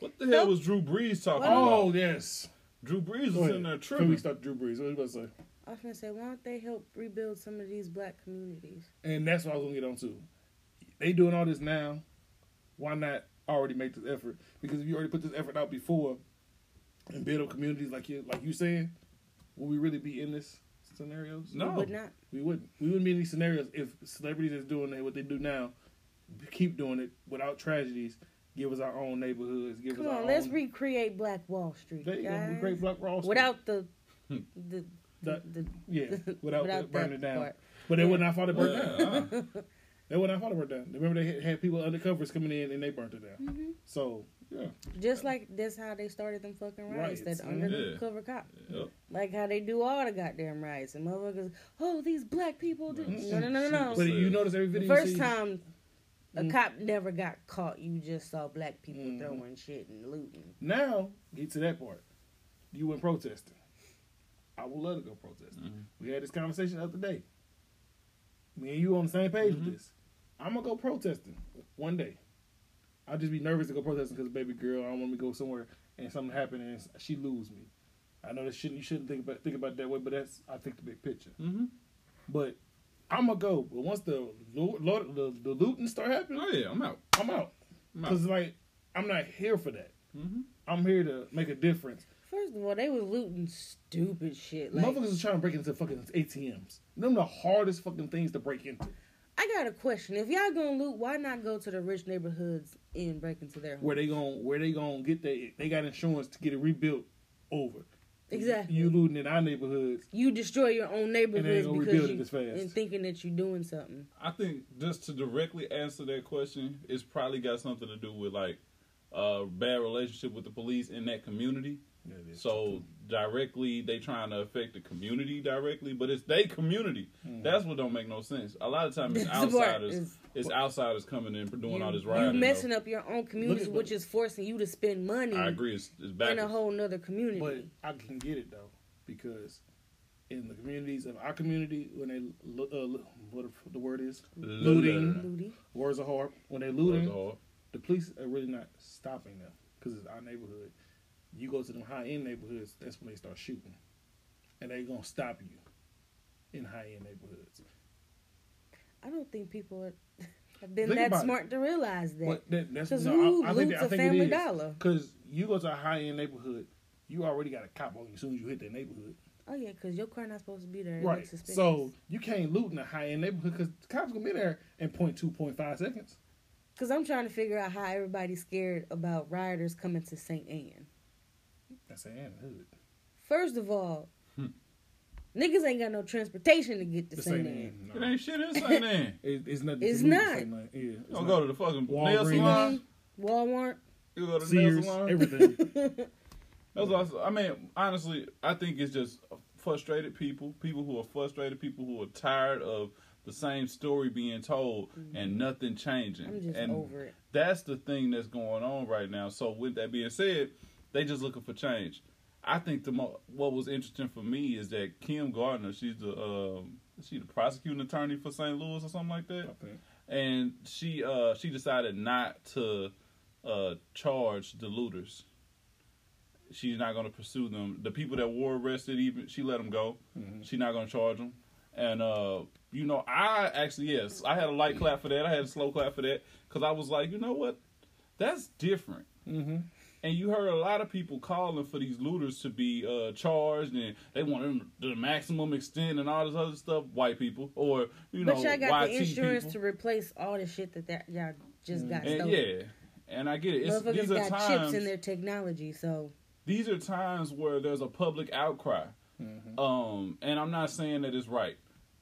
C: What the hell was Drew Brees talking
A: Oh
C: about?
A: yes,
C: Drew Brees
A: Go
C: was
A: ahead.
C: in there
A: Can we
C: tripping.
A: start Drew Brees? What was you about to say?
B: I was gonna say, why don't they help rebuild some of these black communities?
A: And that's what I was gonna get on to. They doing all this now. Why not already make this effort? Because if you already put this effort out before and build up communities like you like you saying, would we really be in this scenarios?
C: No.
B: But not
A: We wouldn't. We wouldn't be in these scenarios if celebrities is doing it, what they do now, keep doing it without tragedies, give us our own neighborhoods, give
B: come
A: us our
B: on, let's
A: own
B: recreate Black Wall Street.
A: There you go,
B: guys.
A: we create Black Wall Street. Hmm.
B: without the the the,
A: That-
B: the
A: yeah, without,
B: without
A: burning
B: that
A: it down.
B: part.
A: But they would not fall to burn down.
C: Yeah, uh-uh.
A: They would not fall to burn down. Remember they had- had people undercovers coming in and they burnt it down.
B: Mm-hmm.
A: So yeah,
B: just like that's how they started them fucking riots,
A: Riots,
B: that
A: mhm.
B: undercover cop.
C: Yep.
B: Like how they do all the goddamn riots and motherfuckers. Oh, these black people do.
C: Right.
B: No, no, no, no,
A: but
B: no.
C: Super
A: you
C: sad.
A: notice every video.
B: The
A: you
B: first
A: see-
B: time a
A: Mm.
B: cop never got caught, you just saw black people
A: Mhm.
B: throwing shit and looting.
A: Now get to that part. You went protesting. I would love to go protesting.
C: Mhm.
A: We had this conversation the other day. Me and you on the same page
C: Mhm.
A: with this. I'm gonna go protesting one day. I'll just be nervous to go protesting because baby girl, I don't want me to go somewhere and something happen and she lose me. I know that shouldn't you shouldn't think about think about it that way, but that's I think the big picture.
C: Mhm.
A: But I'm gonna go. But once the lo- lo- the, the looting start happening,
C: Oh yeah, I'm out.
A: I'm out Mm-hmm.
C: I'm out.
A: because like I'm not here for that.
C: Mhm.
A: I'm here to make a difference.
B: First of all, they was looting stupid shit. Like,
A: Motherfuckers is trying to break into fucking ATMs. Them the hardest fucking things to break into.
B: I got a question. If y'all gonna loot, why not go to the rich neighborhoods and break into their home?
A: Where they gon' where they gon' get they they got insurance to get it rebuilt over.
B: Exactly.
A: You looting in our neighborhoods.
B: You destroy your own neighborhoods
A: gonna
B: because
A: rebuild it
B: you
A: this fast.
B: and thinking that you're doing something.
C: I think just to directly answer that question, it's probably got something to do with like a bad relationship with the police in that community. So directly, they trying to affect the community directly, but it's they community.
A: Hmm.
C: That's what don't make no sense. A lot of times, it's
B: This is where
C: outsiders.
B: it's-
C: it's outsiders coming in for doing
B: you,
C: all this
B: you
C: rioting. though.
B: messing up your own community,
A: at-
B: which is forcing you to spend money
C: I agree. It's, it's
B: in
C: backwards.
B: a whole nother community.
A: But I can get it though because in the communities of our community, when they lo- uh, lo- what the word is looting,
B: Looty.
A: words are hard. When they
C: That's
A: looting,
C: all.
A: the police are really not stopping them because it's our neighborhood. You go to them high end neighborhoods, that's when they start shooting, and they gonna stop you in high end neighborhoods.
B: I don't think people are, have been
A: Think
B: that
A: about it.
B: smart to realize that.
A: But that, that's
B: 'Cause
A: no,
B: who
A: I, I think,
B: loots
A: I
B: a
A: think
B: Family
A: it is.
B: Dollar?
A: Because you go to a high end neighborhood, you already got a cop on you as soon as you hit that neighborhood,
B: Oh yeah, because your car not supposed to be there. It
A: right?
B: looks suspicious.
A: So you can't loot in a high end neighborhood because the cops gonna be there in point two point five seconds.
B: Because I'm trying to figure out how everybody's scared about rioters coming to St. Anne.
A: That's a hand hood.
B: First of all, niggas ain't got no transportation to get to
A: This ain't
B: St. Ann.
A: in,
C: It
A: no.
C: Hmm. ain't shit inside then.
A: It, it's nothing.
B: It's
A: to loot in
B: not.
A: St. Lin- Yeah, it's
C: You gonna
A: not.
C: go to the fucking
A: Walgreens.
C: nail
B: Mm-hmm.
C: salon.
B: Walmart.
C: You go to the nail
A: Sears,
C: salon.
A: everything.
C: That's also, I mean, honestly, I think it's just frustrated people, people who are frustrated, people who are tired of the same story being told and nothing changing.
B: Mm-hmm. I'm just
C: and
B: over it.
C: That's the thing that's going on right now. So with that being said, they just looking for change. I think the mo- what was interesting for me is that Kim Gardner, she's the um, is she the prosecuting attorney for St. Louis or something like that
A: Okay.
C: and she uh she decided not to uh charge the looters. She's not going to pursue them. The people that were arrested, even she let them go. She's not going to charge them. And uh, you know, I actually yes, I had a light clap for that. I had a slow clap for that because I was like, you know what, that's different
A: Mm-hmm.
C: and you heard a lot of people calling for these looters to be uh, charged and they want them to the maximum extent and all this other stuff. White people or you know
B: but y'all got
C: YT
B: the insurance
C: people. Mm.
B: to replace all the shit that, that y'all just got
C: and,
B: stolen.
C: yeah, and I get it. It's,
B: Motherfuckers
C: these are
B: got
C: times.
B: chips in their technology, so
C: These are times where there's a public outcry. Um, and I'm not saying that it's right,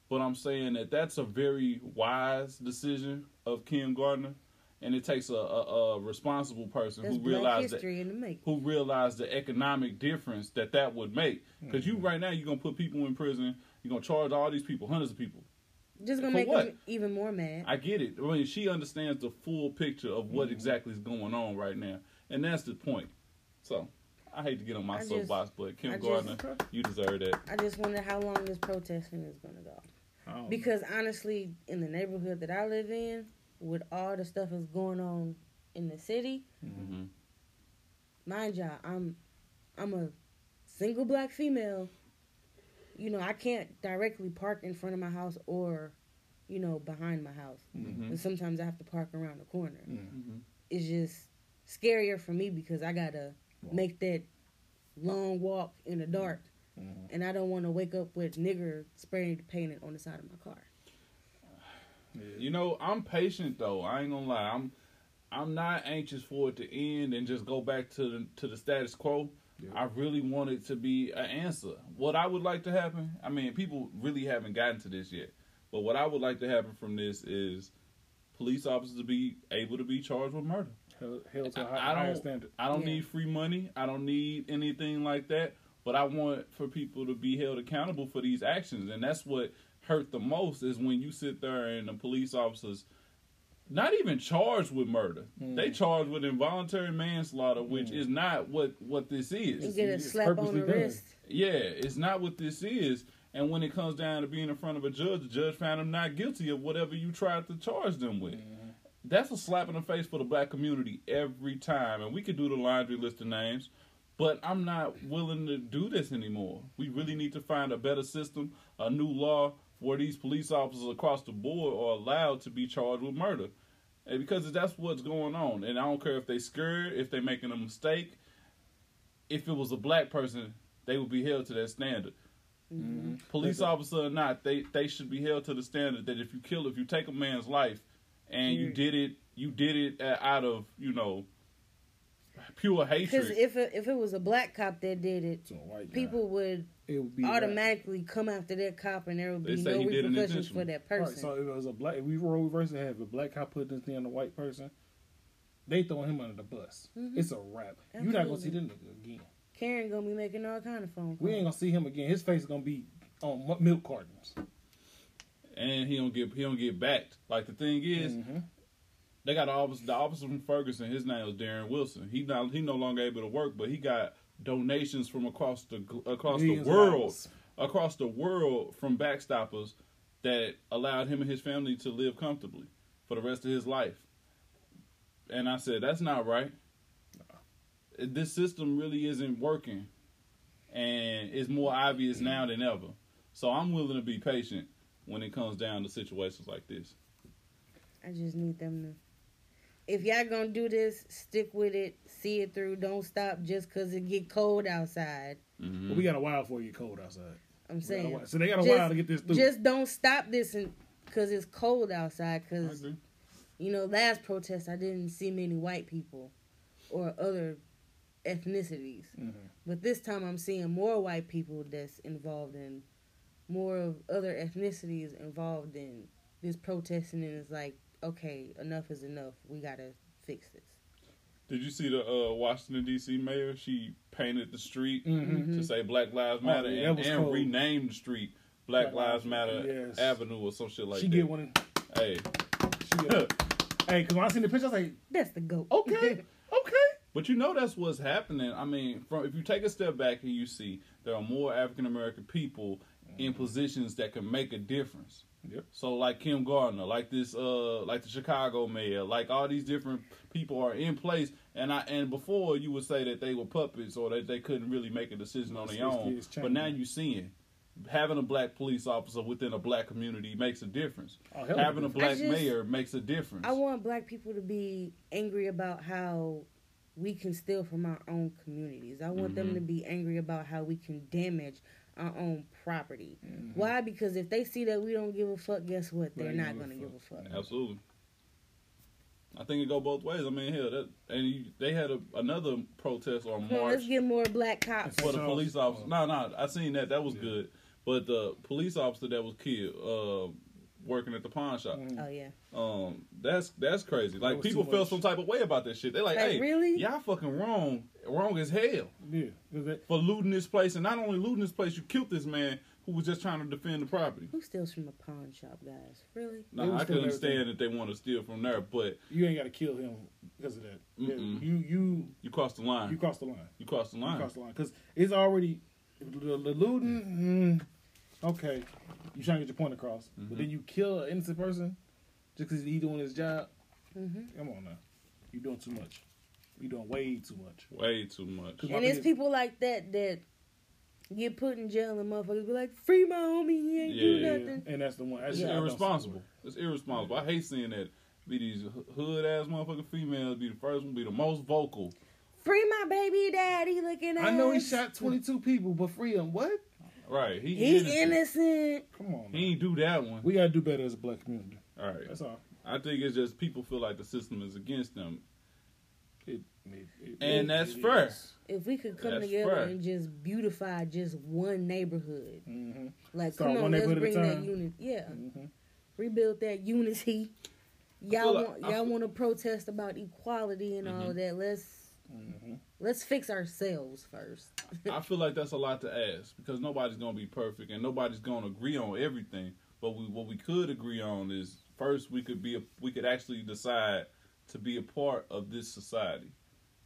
C: but I'm saying that that's a very wise decision of Kim Gardner, and it takes a, a, a responsible person
B: that's
C: who
B: black
C: realized that
B: history in the make.
C: who realize the economic difference that that would make. Because you right now you're gonna put people in prison You're gonna charge all these people, hundreds of people.
B: Just gonna
C: For
B: make
C: what?
B: them even more mad.
C: I get it. I mean, she understands the full picture of
B: Mm-hmm.
C: what exactly is going on right now, and that's the point. So, I hate to get on my
B: I just-
C: soapbox, but Kim
B: I just-
C: Gardner, you deserve that.
B: I just wonder how long this protesting is gonna go.
A: Oh,
B: Because honestly, in the neighborhood that I live in, with all the stuff that's going on in the city,
C: hmm
B: mind y'all, I'm I'm a single black female. You know, I can't directly park in front of my house or, you know, behind my house.
C: Mhm.
B: And sometimes I have to park around the corner.
A: yeah.
B: It's just scarier for me because I gotta make that long walk in the dark.
A: Mhm.
B: And I don't want to wake up with nigger spray painted on the side of my car.
C: You know, I'm patient though. I ain't gonna lie. I'm I'm not anxious for it to end and just go back to the to the status quo.
A: Yeah.
C: I really want it to be an answer. What I would like to happen, I mean, people really haven't gotten to this yet. But what I would like to happen from this is police officers to be able to be charged with murder.
A: Held, held to a high,
C: I, I
A: higher
C: don't
A: standard.
C: I don't
B: Yeah.
C: need free money. I don't need anything like that. But I want for people to be held accountable for these actions, and that's what hurt the most is when you sit there and the police officers not even charged with murder.
A: Mm.
C: They charged with involuntary manslaughter, which
A: Mm.
C: is not what what this
B: You
C: is.
B: get a
A: it's
B: slap on
A: purposely
B: the
A: done.
B: wrist.
C: Yeah, it's not what this is. And when it comes down to being in front of a judge, the judge found them not guilty of whatever you tried to charge them with
A: Mhm.
C: that's a slap in the face for the black community every time. And we could do the laundry list of names, but I'm not willing to do this anymore. We really need to find a better system, a new law where these police officers across the board are allowed to be charged with murder. And because that's what's going on. And I don't care if they scared, if they making a mistake. If it was a black person, they would be held to that standard.
B: Mm-hmm.
C: Police
A: Listen.
C: officer or not, they they should be held to the standard that if you kill, if you take a man's life, and you
B: Yeah.
C: did it, you did it uh, out of you know pure
B: Because
C: hatred.
B: if it, if it was a black cop that did it,
A: To a white guy.
B: people would
A: it would be right.
B: automatically come after that cop, and there would
C: They
B: be
C: say
B: no
C: he did it
B: repercussions
C: intentionally.
B: for that
A: Right,
B: person.
A: so if it was a black, if we roll reverse and have a black cop put this thing on a white person, they throwing him under the bus.
B: Mhm.
A: It's a wrap. You're not gonna see
B: Absolutely.
A: this nigga again.
B: Karen gonna be making all kind of phone calls.
A: We ain't gonna see him again. His face is gonna be on mu- milk cartons.
C: and he don't get he don't get backed. Like the thing is,
B: Mm.
A: Mhm.
C: they got the officer, the officer from Ferguson. His name was Darren Wilson. He not he no longer able to work, but he got donations from across the gl- across
A: Millions
C: the
A: of
C: world,
A: dollars.
C: across the world from backstoppers that allowed him and his family to live comfortably for the rest of his life. And I said, that's not right. This system really isn't working, and it's more obvious now than ever. So I'm willing to be patient when it comes down to situations like this.
B: I just need them to. If y'all gonna do this, stick with it, see it through. Don't stop just cause it get cold outside.
C: Mhm.
A: But we got a while before it get cold outside.
B: I'm
A: We got a
B: saying,
A: while- So they got a
B: Just-
A: while to get this through.
B: just don't stop this and cause it's cold outside.
C: I
B: Cause
C: agree.
B: you know, last protest I didn't see many white people or other ethnicities,
A: Mhm.
B: but this time I'm seeing more white people that's involved in more of other ethnicities involved in this protesting, and it's like, okay, enough is enough. We gotta fix this.
C: Did you see the uh, Washington D.C. mayor? She painted the street
B: Mm-hmm.
A: Mhm.
C: to say Black Lives
A: Oh,
C: Matter
A: yeah, that
C: and,
A: was
C: and
A: cold.
C: renamed the street Black,
A: Black Lives-
C: Lives Matter
A: yes.
C: Avenue or some shit like
A: she
C: that.
A: get one. In,
C: Hey,
A: she get one. hey, because when I seen the picture, I was like,
B: That's the goat.
A: okay, okay.
C: but you know that's what's happening. I mean, from if you take a step back and you see there are more African American people in
A: Mm-hmm.
C: positions that can make a difference.
A: Yep.
C: So like Kim Gardner, like this, uh, like the Chicago mayor, like all these different people are in place. And I and before you would say that they were puppets or that they couldn't really make a decision on their
A: It's-
C: own,
A: it's
C: but now
A: changing.
C: you seeing having a black police officer within a black community makes a difference.
A: Oh, hell
C: Having
A: yeah.
C: a black
B: just-
C: mayor makes a difference.
B: I want black people to be angry about how we can steal from our own communities. I want
C: Mhm.
B: them to be angry about how we can damage our own property. Why? Because if they see that we don't give a fuck, guess what? They're
A: They
B: not
A: give a
B: going to give a fuck.
C: Absolutely. I think it go both ways. I mean, hell, that and you, they had a, another protest or
B: Come on,
C: march
B: let's get more black cops.
C: for the
A: So-
C: police officer.
A: Oh.
C: No, no, I seen that. That was
A: Yeah.
C: good. But the police officer that was killed uh, working at the pawn shop.
A: Mhm.
B: Oh, yeah.
C: Um, that's that's crazy. Like
A: was
C: people
A: too
C: felt
A: much.
C: some type of way about that shit. They like,
B: Like,
C: hey,
B: really?
C: y'all fucking wrong, wrong as hell
A: Yeah, 'cause that-
C: for looting this place. And not only looting this place, you killed this man, who was just trying to defend the property.
B: Who steals from a pawn shop, guys? Really?
A: They
C: No,
A: was
C: I can
A: doing
C: understand
A: everything.
C: that they want to steal from there, but
A: You ain't got to kill him because of that. Yeah,
C: Mm-mm.
A: You you
C: you cross the line.
A: you cross the line.
C: You cross the
A: You
C: line.
A: cross the line because it's already the, the looting. mm, okay, you trying to get your point across,
C: Mm-hmm.
A: but then you kill an innocent person just because he doing his job.
B: Mm-hmm.
A: Come on now, you doing too much. You doing way too much.
C: Way too much.
A: Cause-
B: And it's people like that that get put in jail and motherfuckers be like, free my homie, he ain't do
C: Yeah.
B: nothing.
A: and that's the one. That's
C: It's
A: the one I don't
C: irresponsible.
A: support.
C: It's irresponsible. I hate seeing that. Be these hood ass motherfucking females be the first one, be the most vocal.
B: Free my baby daddy looking ass.
A: I know he shot twenty two people, but free him. What?
C: Right. He,
B: He
C: innocent.
B: innocent.
A: Come on,
C: He
A: man.
C: ain't do that one.
A: we gotta do better as a black community.
C: All right.
A: That's all.
C: I think it's just people feel like the system is against them.
A: It, it, it-
C: And
A: it-
C: that's
A: it
C: fair.
A: is.
B: If we could come
C: That's
B: together
C: right.
B: and just beautify just one neighborhood,
A: Mhm.
C: Mm-hmm.
B: like
A: Start
B: come
A: one
B: on, let's
A: neighborhood
B: bring
A: at a
B: that
A: time.
B: unit. Yeah,
A: Mhm.
B: rebuild that unity.
C: feel
B: Y'all
C: like-
B: want
C: Mm-hmm. I
B: y'all
C: feel- Mm-hmm.
B: want to protest about equality and all that. Let's
A: Mhm.
B: let's fix ourselves first.
C: I feel like that's a lot to ask because nobody's gonna be perfect and nobody's gonna agree on everything. But we, what we could agree on is first we could be a, we could actually decide to be a part of this society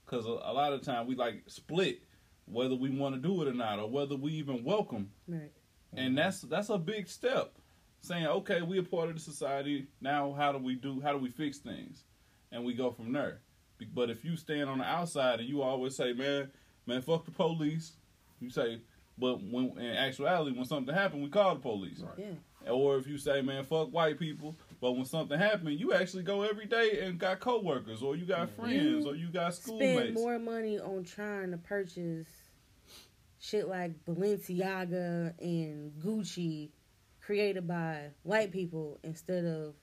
C: because a, a lot of time we like split whether we want to do it or not or whether we even welcome
B: Right.
C: and that's that's a big step saying okay we're part of the society now how do we do how do we fix things and we go from there Be- but if you stand on the outside and you always say man man fuck the police you say but when in actuality when something happened we call the police
A: Right.
B: Yeah.
C: or if you say man fuck white people but when something happened you actually go every day and got coworkers or you got friends or you got
B: Spend
C: schoolmates
B: more money on trying to purchase shit like Balenciaga and Gucci, created by white people, instead of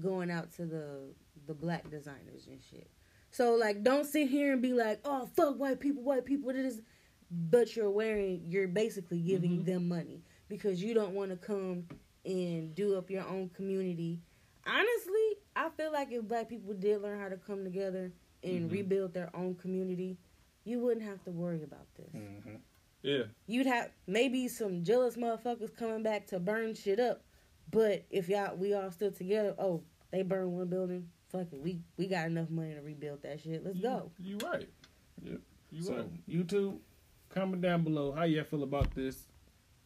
B: going out to the the black designers and shit. So like, don't sit here and be like, "Oh fuck, white people, white people." It is, but you're wearing, you're basically giving them money because you don't want to come and do up your own community. Honestly, I feel like if black people did learn how to come together and
C: Mhm.
B: rebuild their own community, you wouldn't have to worry about this.
A: Mhm.
C: yeah
B: You'd have maybe some jealous motherfuckers coming back to burn shit up, but if y'all we all still together, oh, they burn one building, fuck it, we we got enough money to rebuild that shit. Let's go.
C: you, you right
A: Yep.
C: you
A: so,
C: right
A: YouTube, comment down below how y'all feel about this.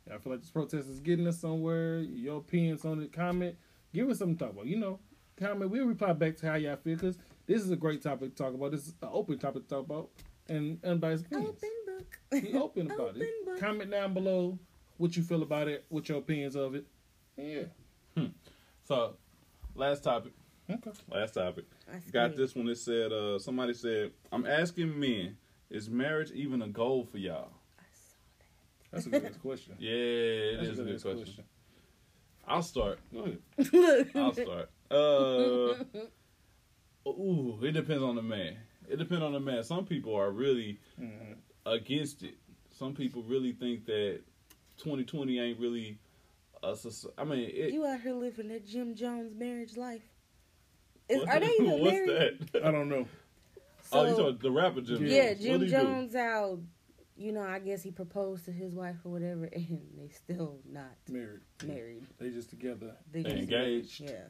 A: Y'all feel like this protest is getting us somewhere. Your opinions on it, comment. Give us something to talk about. You know, comment. We'll reply back to how y'all feel because this is a great topic to talk about. This is an open topic to talk about and unbiased opinions.
B: Open book.
A: Be open about
B: Open
A: it.
B: book.
A: Comment down below what you feel about it, what your opinions of it. Yeah.
C: so last topic
A: Okay.
C: last topic
B: I
C: Got
B: squeaked.
C: this one. It said, uh, somebody said, I'm asking men, is marriage even a goal for y'all?
B: I saw
A: That's a good question.
C: Yeah, it
A: That's
C: is a good question. I'll start.
A: Go ahead.
B: that. Look.
C: I'll start. Uh, ooh, it depends on the man. It depends on the man. Some people are really Mm-hmm.
A: Mhm.
C: against it. Some people really think that 2020 ain't really a soc- I mean, it,
B: You out here living that Jim Jones marriage life. Is,
C: what-
B: are they even
C: what's
B: married?
C: that?
A: I don't know.
C: oh, you
B: So-
C: talking the rapper Jim?
A: Yeah,
B: Yeah,
C: Jones. What'd
B: Jim
C: he do?
B: Jones out. You know, I guess he proposed to his wife or whatever, and they still not
A: Married.
B: married.
A: They just together.
B: They
C: They
B: just-
C: engaged.
B: Yeah,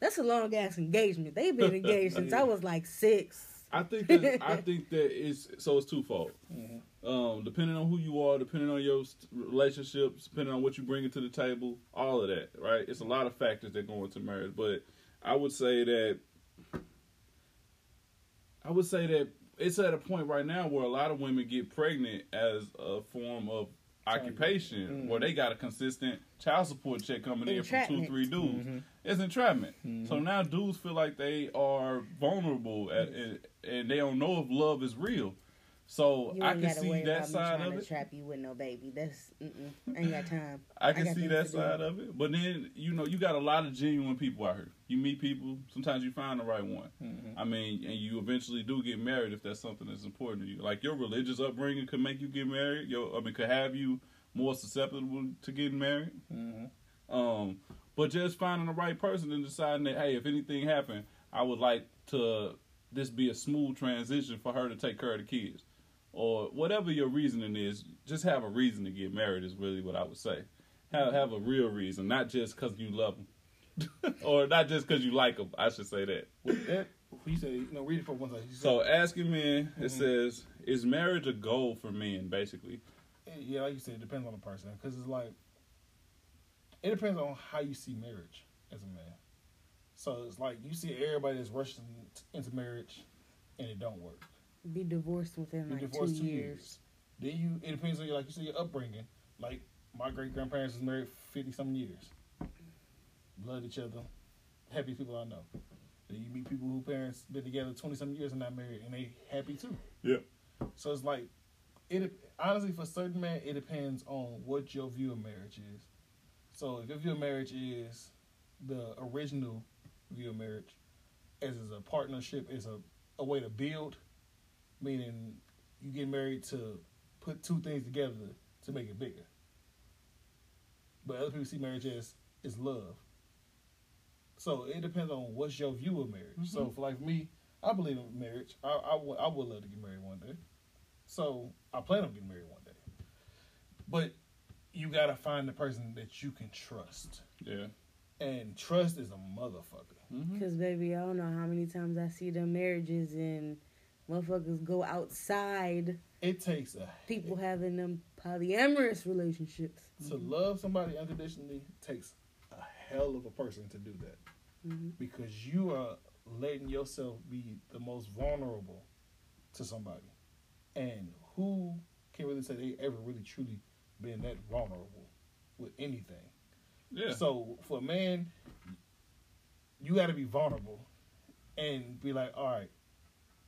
B: that's a long ass engagement. They've been engaged since I was like six.
C: I think that I think that it's so it's twofold.
A: Mhm.
C: Um, depending on who you are, depending on your st- relationships, depending on what you bring to the table, all of that, right? It's a lot of factors that go into marriage, but I would say that I would say that it's at a point right now where a lot of women get pregnant as a form of occupation,
A: Mhm.
C: where they got a consistent child support check coming in from two,
B: Entrapment.
C: three dudes.
A: Mhm.
C: It's entrapment.
A: Mhm.
C: So now dudes feel like they are vulnerable at, and, and they don't know if love is real. So
B: You
C: I
B: ain't
C: can
B: gotta
C: see
B: worry
C: that
B: about me
C: side
B: trying
C: of
B: to
C: it.
B: trap you with no baby. That's mm-mm. I ain't got time.
C: I can
B: got
C: see
B: things
C: that
B: to do.
C: side of it. But then, you know, you got a lot of genuine people out here. You meet people, sometimes you find the right one.
A: Mhm.
C: I mean, and you eventually do get married if that's something that's important to you. Like your religious upbringing could make you get married. Your, I mean, could have you more susceptible to getting married.
A: Mhm.
C: Um, but just finding the right person and deciding that, hey, if anything happened, I would like to this be a smooth transition for her to take care of the kids, or whatever your reasoning is. Just have a reason to get married is really what I would say. Have have a real reason, not just because you love them, or not just because you like them. I should say that.
A: With that, he said, no, read it for one second. He
C: So asking men,
A: Mhm.
C: it says, is marriage a goal for men? Basically,
A: said- yeah, like you said, it depends on the person. Because it's like, it depends on how you see marriage as a man. So it's like, you see everybody that's rushing t- into marriage and it don't work.
B: Be divorced within
A: You
B: like two,
A: divorce two
B: years.
A: years. Then you, it depends on your, like you see your upbringing. Like, my great grandparents was married 50 some years. Loved each other. Happy people I know. Then you meet people who parents been together 20 some years and not married and they happy too.
C: yeah,
A: So it's like, it honestly for certain men, it depends on what your view of marriage is. So if your view of marriage is the original view of marriage, as is a partnership, is a a way to build, meaning you get married to put two things together to make it bigger. But other people see marriage as is love. So it depends on what's your view of marriage. So for like me, I believe in marriage. I I would- I would love to get married one day. So I plan on getting married one day. But you gotta find the person that you can trust.
C: yeah.
A: And trust is a motherfucker.
C: Mm-hmm.
B: Because, baby, I don't know how many times I see them marriages and motherfuckers go outside
A: It takes a
B: people having them polyamorous relationships.
A: to love somebody unconditionally takes a hell of a person to do that.
B: hmm
A: Because you are letting yourself be the most vulnerable to somebody. And who can really say they ever really truly been that vulnerable with anything?
C: Yeah.
A: So for a man, you got to be vulnerable and be like, all right,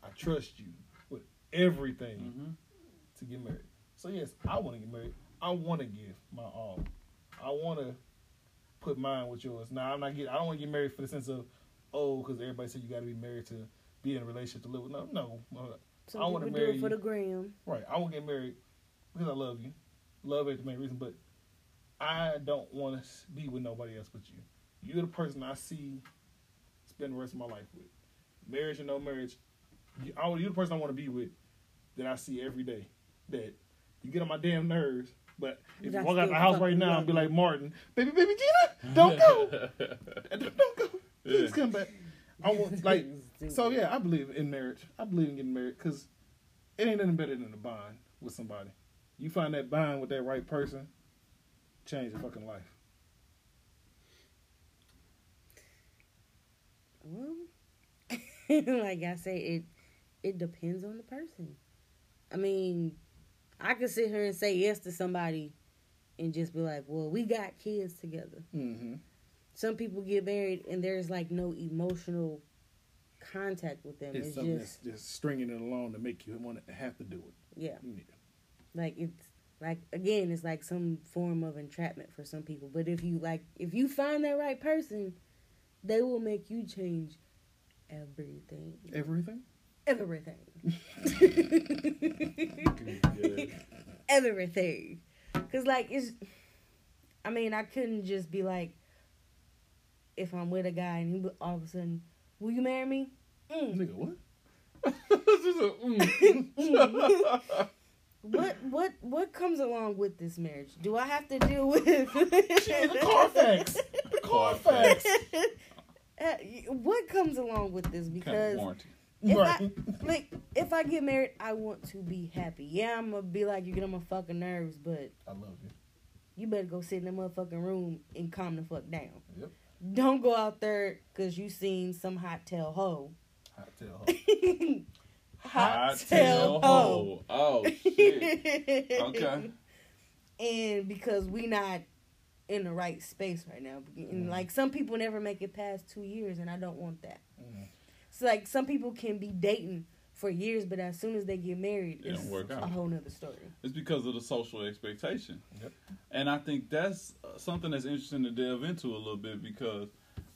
A: I trust you with everything
C: Mhm.
A: to get married. So yes, I want to get married. I want to give my all. I want to put mine with yours. Now I'm not get. I don't want to get married for the sense of oh, because everybody said you got to be married to be in a relationship to live with. No, no. Uh,
B: Some
A: I
B: people
A: wanna
B: do
A: marry
B: it for
A: you.
B: the gram.
A: Right. I won't get married because I love you. Love ain't the main reason, but I don't want to be with nobody else but you. You're the person I see spend the rest of my life with. Marriage or no marriage, you, I, you're the person I want to be with that I see every day. That you get on my damn nerves, but if
B: But I
A: you walk out
B: still
A: the house right
B: fucking
A: now
B: love
A: and be
B: you.
A: like, Martin, baby, baby Gina, don't go. don't go. Please
C: Yeah.
A: come back. I want, like, so yeah, I believe in marriage. I believe in getting married because it ain't nothing better than a bond with somebody. You find that bond with that right person, change your fucking life.
B: Well, like I say, it it depends on the person. I mean, I could sit here and say yes to somebody and just be like, well, we got kids together.
A: Mm-hmm.
B: Some people get married and there's like no emotional contact with them.
A: It's,
B: It's,
A: something
B: just,
A: that's just stringing it along to make you want to have to do it.
B: yeah.
A: Yeah.
B: like it's like again it's like some form of entrapment for some people but if you like if you find that right person they will make you change everything
A: Everything.
B: everything
C: yeah.
B: everything because like it's i mean i couldn't just be like if i'm with a guy and he all of a sudden will you marry me mm.
A: Nigga, what?
C: This is a- mm.
B: what what what comes along with this marriage do i have to deal with
A: Shit, the Carfax. The Carfax.
B: Uh, what comes along with this
C: Kind of
B: because
C: warranty.
B: If
A: right.
B: like if I get married, I want to be happy. Yeah, I'm gonna be like you get on my fucking nerves, but
A: I love you.
B: you better go sit in the motherfucking room and calm the fuck down.
A: Yep.
B: Don't go out there because you seen some hot tail hoe.
A: Hot tail. hoe.
B: hot
C: tail
B: tail hoe.
C: hoe. Oh shit.
B: okay.
C: Okay.
B: And because we not in the right space right now, and
C: Mm.
A: Mhm.
B: like some people never make it past two years, and I don't want that.
A: Mm.
B: So like some people can be dating for years, but as soon as they get married,
C: It don't
B: it's
C: work out.
B: a whole nother story.
C: It's because of the social expectation.
A: Yep.
C: And I think that's uh, something that's interesting to delve into a little bit because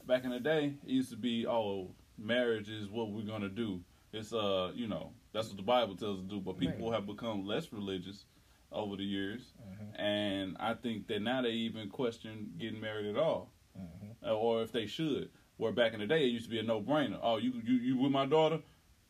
C: back in the day, it used to be, oh, marriage is what we're going to do. It's, uh, you know, that's what the Bible tells us to do. But people have become less religious over the years.
A: Mhm.
C: And I think that now they even question getting married at all
A: Mhm.
C: uh, or if they should. Where back in the day, it used to be a no brainer. Oh, you, you, you with my daughter?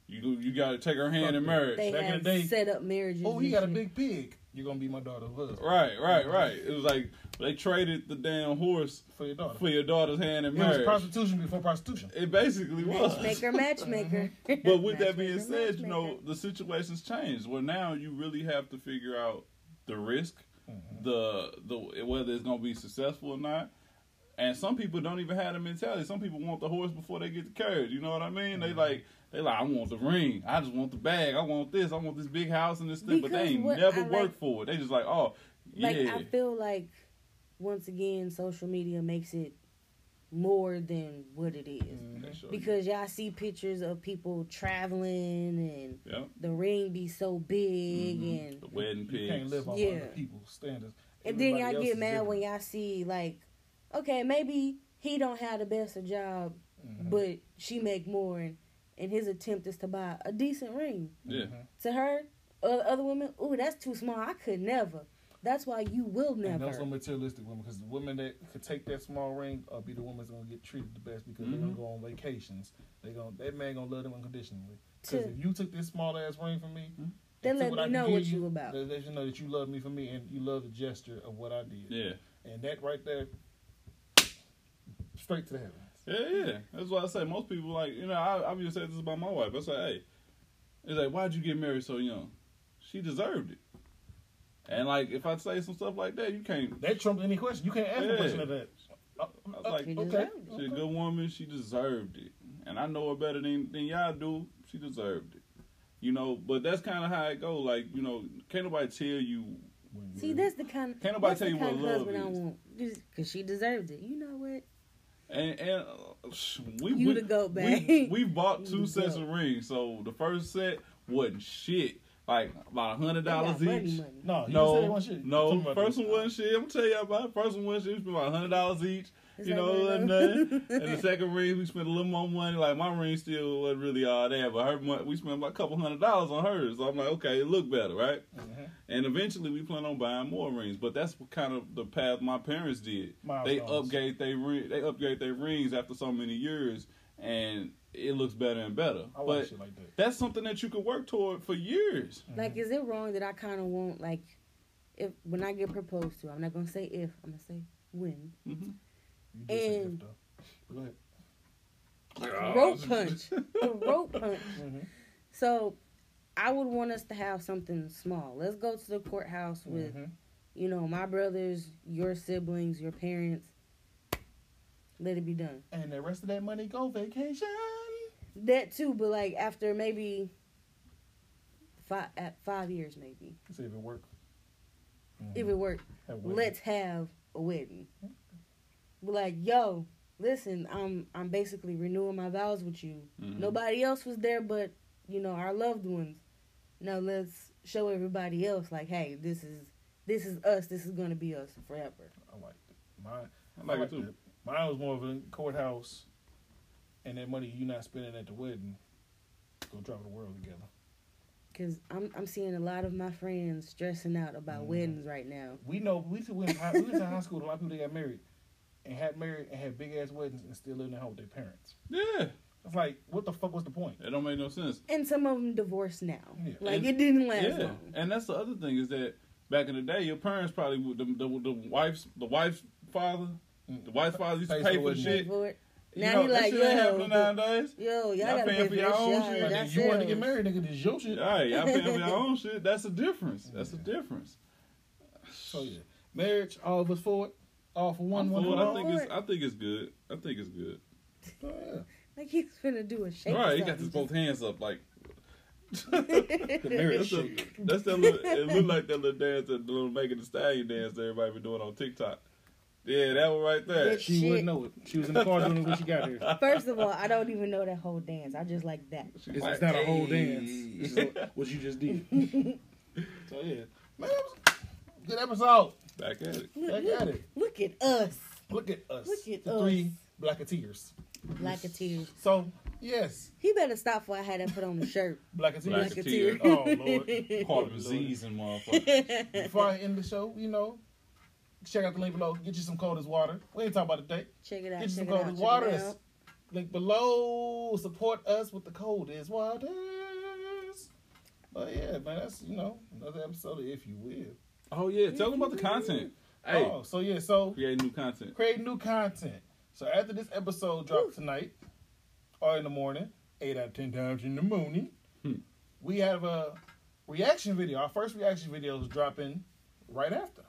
C: You, you got to take her hand in
A: Fuck
C: marriage.
B: They
A: Back in
B: have
A: the day-
B: set up marriages.
A: Oh, he
B: and
A: got a
B: shit.
A: big pig. You're gonna be my daughter's husband.
C: Right, right, right. It was like they traded the damn horse
A: For your daughter.
C: for your daughter's hand in
A: it was
C: marriage.
A: prostitution before prostitution.
C: it basically was.
B: Matchmaker, matchmaker.
C: But with that being
B: Matchmaker,
C: said, you know,
B: matchmaker.
C: the situation's changed. Well, now you really have to figure out the risk,
A: Mm-hmm.
C: the the whether it's going to be successful or not. And some people don't even have the mentality. Some people want the horse before they get the carriage. You know what I mean?
A: Mm-hmm.
C: They like they like I want the ring. I just want the bag. I want this. I want this big house and this thing. but
B: Because
C: they ain't
B: what
C: never
B: I
C: worked
B: like-
C: for it. They just like oh yeah.
B: Like I feel like once again, social media makes it more than what it is.
C: They show you.
B: Because y'all see pictures of people traveling and
C: Yep.
B: the ring be so big
C: Mhm.
B: and
C: the wedding
A: You can't
C: pigs.
A: live off
B: Yeah.
A: other people's standards.
B: And then
A: Everybody
B: y'all
A: else
B: get
A: is
B: mad
A: different.
B: when y'all see like, okay, maybe he don't have the best of job,
C: Mm-hmm.
A: Mm-hmm.
B: but she make more, and, and his attempt is to buy a decent ring.
C: Yeah.
B: To her, o- other women, ooh, that's too small. I could never. That's why you will
A: And
B: never.
A: those are materialistic women because the women that could take that small ring are be the women that's gonna get treated the best because they're gonna
B: Mm-hmm.
C: Mhm.
A: go on vacations. They gonna that man gonna love them unconditionally. Because
B: To-
A: if you took this small ass ring from me,
C: Mhm.
A: and
B: Then
A: took
B: let
A: what
B: me
A: I can
B: know
A: give
B: what you about.
A: They let you know that you love me for me and you love the gesture of what I did.
C: Yeah.
A: And that right there, straight to the heavens.
C: Yeah, yeah. That's why I say most people like you know I I've even said this about my wife. I say, hey, it's like why'd you get married so young? She deserved it. And like if I say some stuff like that, you can't.
A: That trumps any question. You can't ask
C: Yeah.
A: a question of that. Uh,
C: I was like,
B: You
A: okay.
B: deserved it.
C: she's a good woman. She deserved it, and I know her better than than y'all do. She deserved it. You know, but that's kind of how it go. Like you know, can't nobody tell you.
B: See, that's the kind.
C: Can't nobody
B: that's
C: tell
B: the
C: you what
B: kind of
C: love
B: husband I
C: is.
B: want. Cause she deserved it. You know what?
C: And, and uh, sh- we
B: You
C: we,
B: the goat,
C: we-
B: babe.
C: we bought
B: You
C: two
B: the
C: sets
B: goat.
C: of rings. So the first set wasn't shit. Like about a hundred
B: They got
C: dollars
B: money,
C: each.
B: money.
A: No, you just said
C: No,
A: one shit. Tell me
C: no.
A: about
C: First
A: this.
C: one wasn't shit. I'm gonna tell you all about it. First one wasn't shit. We spent about hundred dollars each.
B: It's
C: you
B: like,
C: know,
B: well,
C: and,
B: no.
C: nothing. and the second ring we spent a little more money. Like my ring still wasn't really all that, but her mon- we spent about a couple hundred dollars on hers. So I'm like, okay, it looked better, right?
A: Mhm.
C: And eventually we plan on buying more rings, but that's what kind of the path my parents did. They
A: Milestones.
C: upgrade they ring, they upgrade their rings after so many years, and it looks better and better.
A: I like
C: but
A: shit like that. Mm-hmm.
C: that's something that you can work toward for years.
B: Like, is it wrong that I kind of want like, if when I get proposed to, I'm not gonna say if, I'm gonna say when.
C: hmm
A: You did say
B: and-
A: that, though. But Go ahead.
C: Oh,
B: rope punch. the rope punch.
A: Mhm.
B: Mm-hmm. So I would want us to have something small. Let's go to the courthouse with,
A: Mhm.
B: you know, my brothers, your siblings, your parents. Let it be done.
A: And the rest of that money go vacation.
B: That too, but like after maybe five at five years maybe.
A: See if it works.
B: If it worked, let's have a wedding. Be like, yo, listen, I'm I'm basically renewing my vows with you.
C: Mhm.
B: Nobody else was there but, you know, our loved ones. Now let's show everybody else like, hey, this is this is us, this is gonna be us forever.
A: I like it. Mine,
C: I like it too.
A: that. Mine was more of a courthouse, and that money you not spending at the wedding, go travel the world together.
B: Cause I'm I'm seeing a lot of my friends stressing out about
C: Mm-hmm.
A: Mhm.
B: weddings right now.
A: We know we went to high, we went to high school. A lot of people that got married and had married and had big ass weddings and still living at home with their parents.
C: Yeah,
A: It's like, what the fuck was the point?
C: it don't make no sense.
B: And some of them divorced now.
A: Yeah.
B: Like
C: And-
B: it didn't last
C: Yeah,
B: long.
C: and that's the other thing is that back in the day, your parents probably would- the the, the wife's the wife's father, the wife's father used to
A: Pays
C: pay
A: for
C: for
A: it.
C: shit.
B: For it.
C: You
B: Now
C: know,
B: he
C: that
B: like,
C: shit ain't happening
B: yo,
C: nowadays.
B: yo, y'all
C: Y'all
B: gotta
C: paying
B: pay
C: for
B: for
C: y'all
B: your shit.
C: own shit.
A: Like,
B: Y'all
A: if you want to get
B: selves.
A: married, nigga, this your shit.
C: All right, y'all paying for your own shit. That's the difference. That's the difference.
A: So yeah, marriage, all of us for it, all for one,
C: I'm
A: one
C: for it.
A: for
C: I
A: all.
C: think it's I think it's good. I think it's good.
A: Oh, yeah.
B: Like he's finna do a shake.
C: All
B: or
C: right, he got
B: something.
C: his both hands up like.
A: The
C: That's,
A: marriage
C: a,
A: shit.
C: that's that little. It looked like that little dance, that little Megan Thee Stallion dance that everybody been doing on TikTok. Yeah, that one right there.
A: She
B: Shit.
A: wouldn't know it. She was in the car doing it when she got here.
B: First of all, I don't even know that whole dance. I just like that.
C: She's
A: It's,
C: like,
A: it's not a whole
C: "Hey."
A: dance. It's just what you just did. so yeah, man, that was a good episode.
C: Back at it.
B: Look,
A: Back at
B: look,
A: it.
B: look at us,
A: Look at us.
B: Look at
A: the
B: us.
A: three blacketeers.
B: Blacketeers.
A: So yes,
B: He better stop before I had that put on the shirt.
A: blacketeers.
C: Black- Blacketeer.
A: Oh lord.
C: Caught disease and motherfucker.
A: Before I end the show, you know, check out the link below. Get you some cold as water. We ain't talking about it today.
B: Check it out.
A: Get you some
B: Check it
A: cold
B: out.
A: as
B: Check
A: water.
B: it out.
A: Link below. Support us with the cold as waters. But yeah, man, that's you know another episode of If You Will.
C: Oh yeah, tell them about the content. Hey,
A: Oh, so yeah, so
C: create new content.
A: create new content. So after this episode drops tonight or in the morning, eight out of ten times in the morning,
C: Hmm.
A: we have a reaction video. Our first reaction video is dropping right after.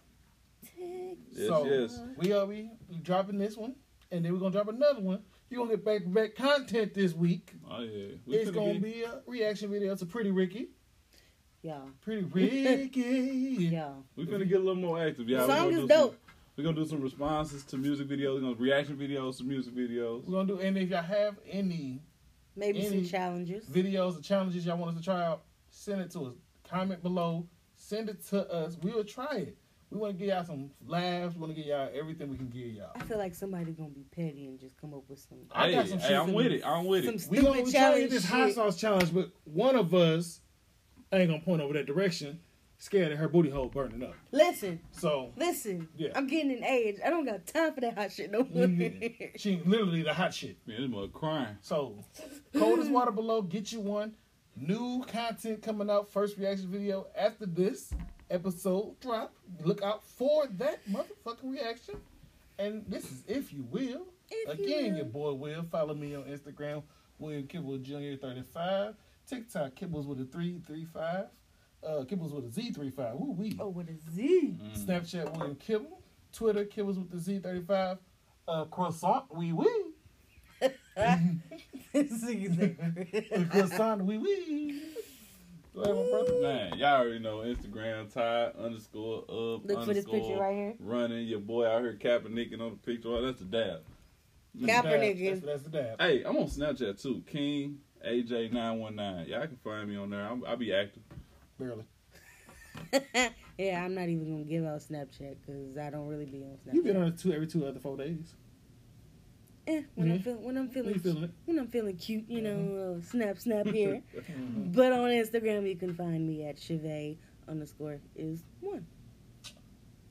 C: Yes,
A: so
C: yes.
A: we are we we dropping this one, and then we're gonna drop another one. You're gonna get back to back content this week.
C: Oh yeah, we
A: it's
C: finna
A: gonna
C: get-
A: be a reaction video to Pretty Ricky.
B: Y'all,
A: Pretty Ricky.
B: y'all.
C: We finna get a little more active, y'all.
B: The
C: We gonna
B: song
C: do
B: is
C: some-
B: dope.
C: We're gonna do some responses to music videos. We're gonna reaction videos to music videos.
A: We're gonna do, and if y'all have any
B: Maybe some
A: Any-
B: challenges.
A: videos or challenges y'all want us to try out, send it to us. Comment below. Send it to us. We will try it. We want to give y'all some laughs. We want to give y'all everything we can give y'all.
B: I feel like somebody's gonna be petty and just come up with some
A: I
C: hey,
A: got some
C: hey,
A: shit
C: I'm
A: for
C: with
A: you.
C: it. I'm with
B: some
C: it.
A: We gonna
B: stupid
A: we try
B: challenge.
A: this hot
B: shit.
A: sauce challenge, but one of us I ain't gonna point over that direction. Scared of her booty hole burning up.
B: Listen,
A: So
B: listen.
A: Yeah.
B: I'm getting an age. I don't got time for that hot shit no more.
A: Mhm. she literally the hot shit.
C: Man, this mother crying.
A: So, cold as water below. Get you one. New content coming out. First reaction video after this episode drop. Look out for that motherfucking reaction. And this is if you will.
B: If you
A: Again,
B: will.
A: your boy will follow me on Instagram, William Kibble Jr. thirty five. TikTok Kibbles with a three three five. Uh, Kibbles with a Z three five. Woo wee.
B: oh, with a Z.
A: Snapchat William Kibble. Twitter Kibbles with the Z thirty five. Uh, croissant wee wee.
B: This is
A: The
B: like-
A: croissant wee wee. Do I have a brother?
C: Man, y'all already know Instagram Ty underscore up
B: Look for this picture
C: underscore
B: right here.
C: Running your boy out here Kaepernicking on the picture. Oh, that's a dab.
B: Kaepernick
A: That's,
B: is-
A: that's the dab.
C: Hey, I'm on Snapchat too. King AJ nine one nine. Y'all can find me on there. I'm, I'll be active.
A: Barely.
B: yeah, I'm not even gonna give out Snapchat because I don't really be on Snapchat.
A: You've been on it two every two other four days.
B: eh, when I'm
A: Mhm.
B: feeling when I'm
A: How you
B: feeling
A: feeling? Mm-hmm.
B: when I'm feeling cute, you know, uh, snap snap here. but on Instagram, you can find me at Chevet underscore is one.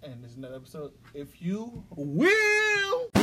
A: And this is another episode. If you will.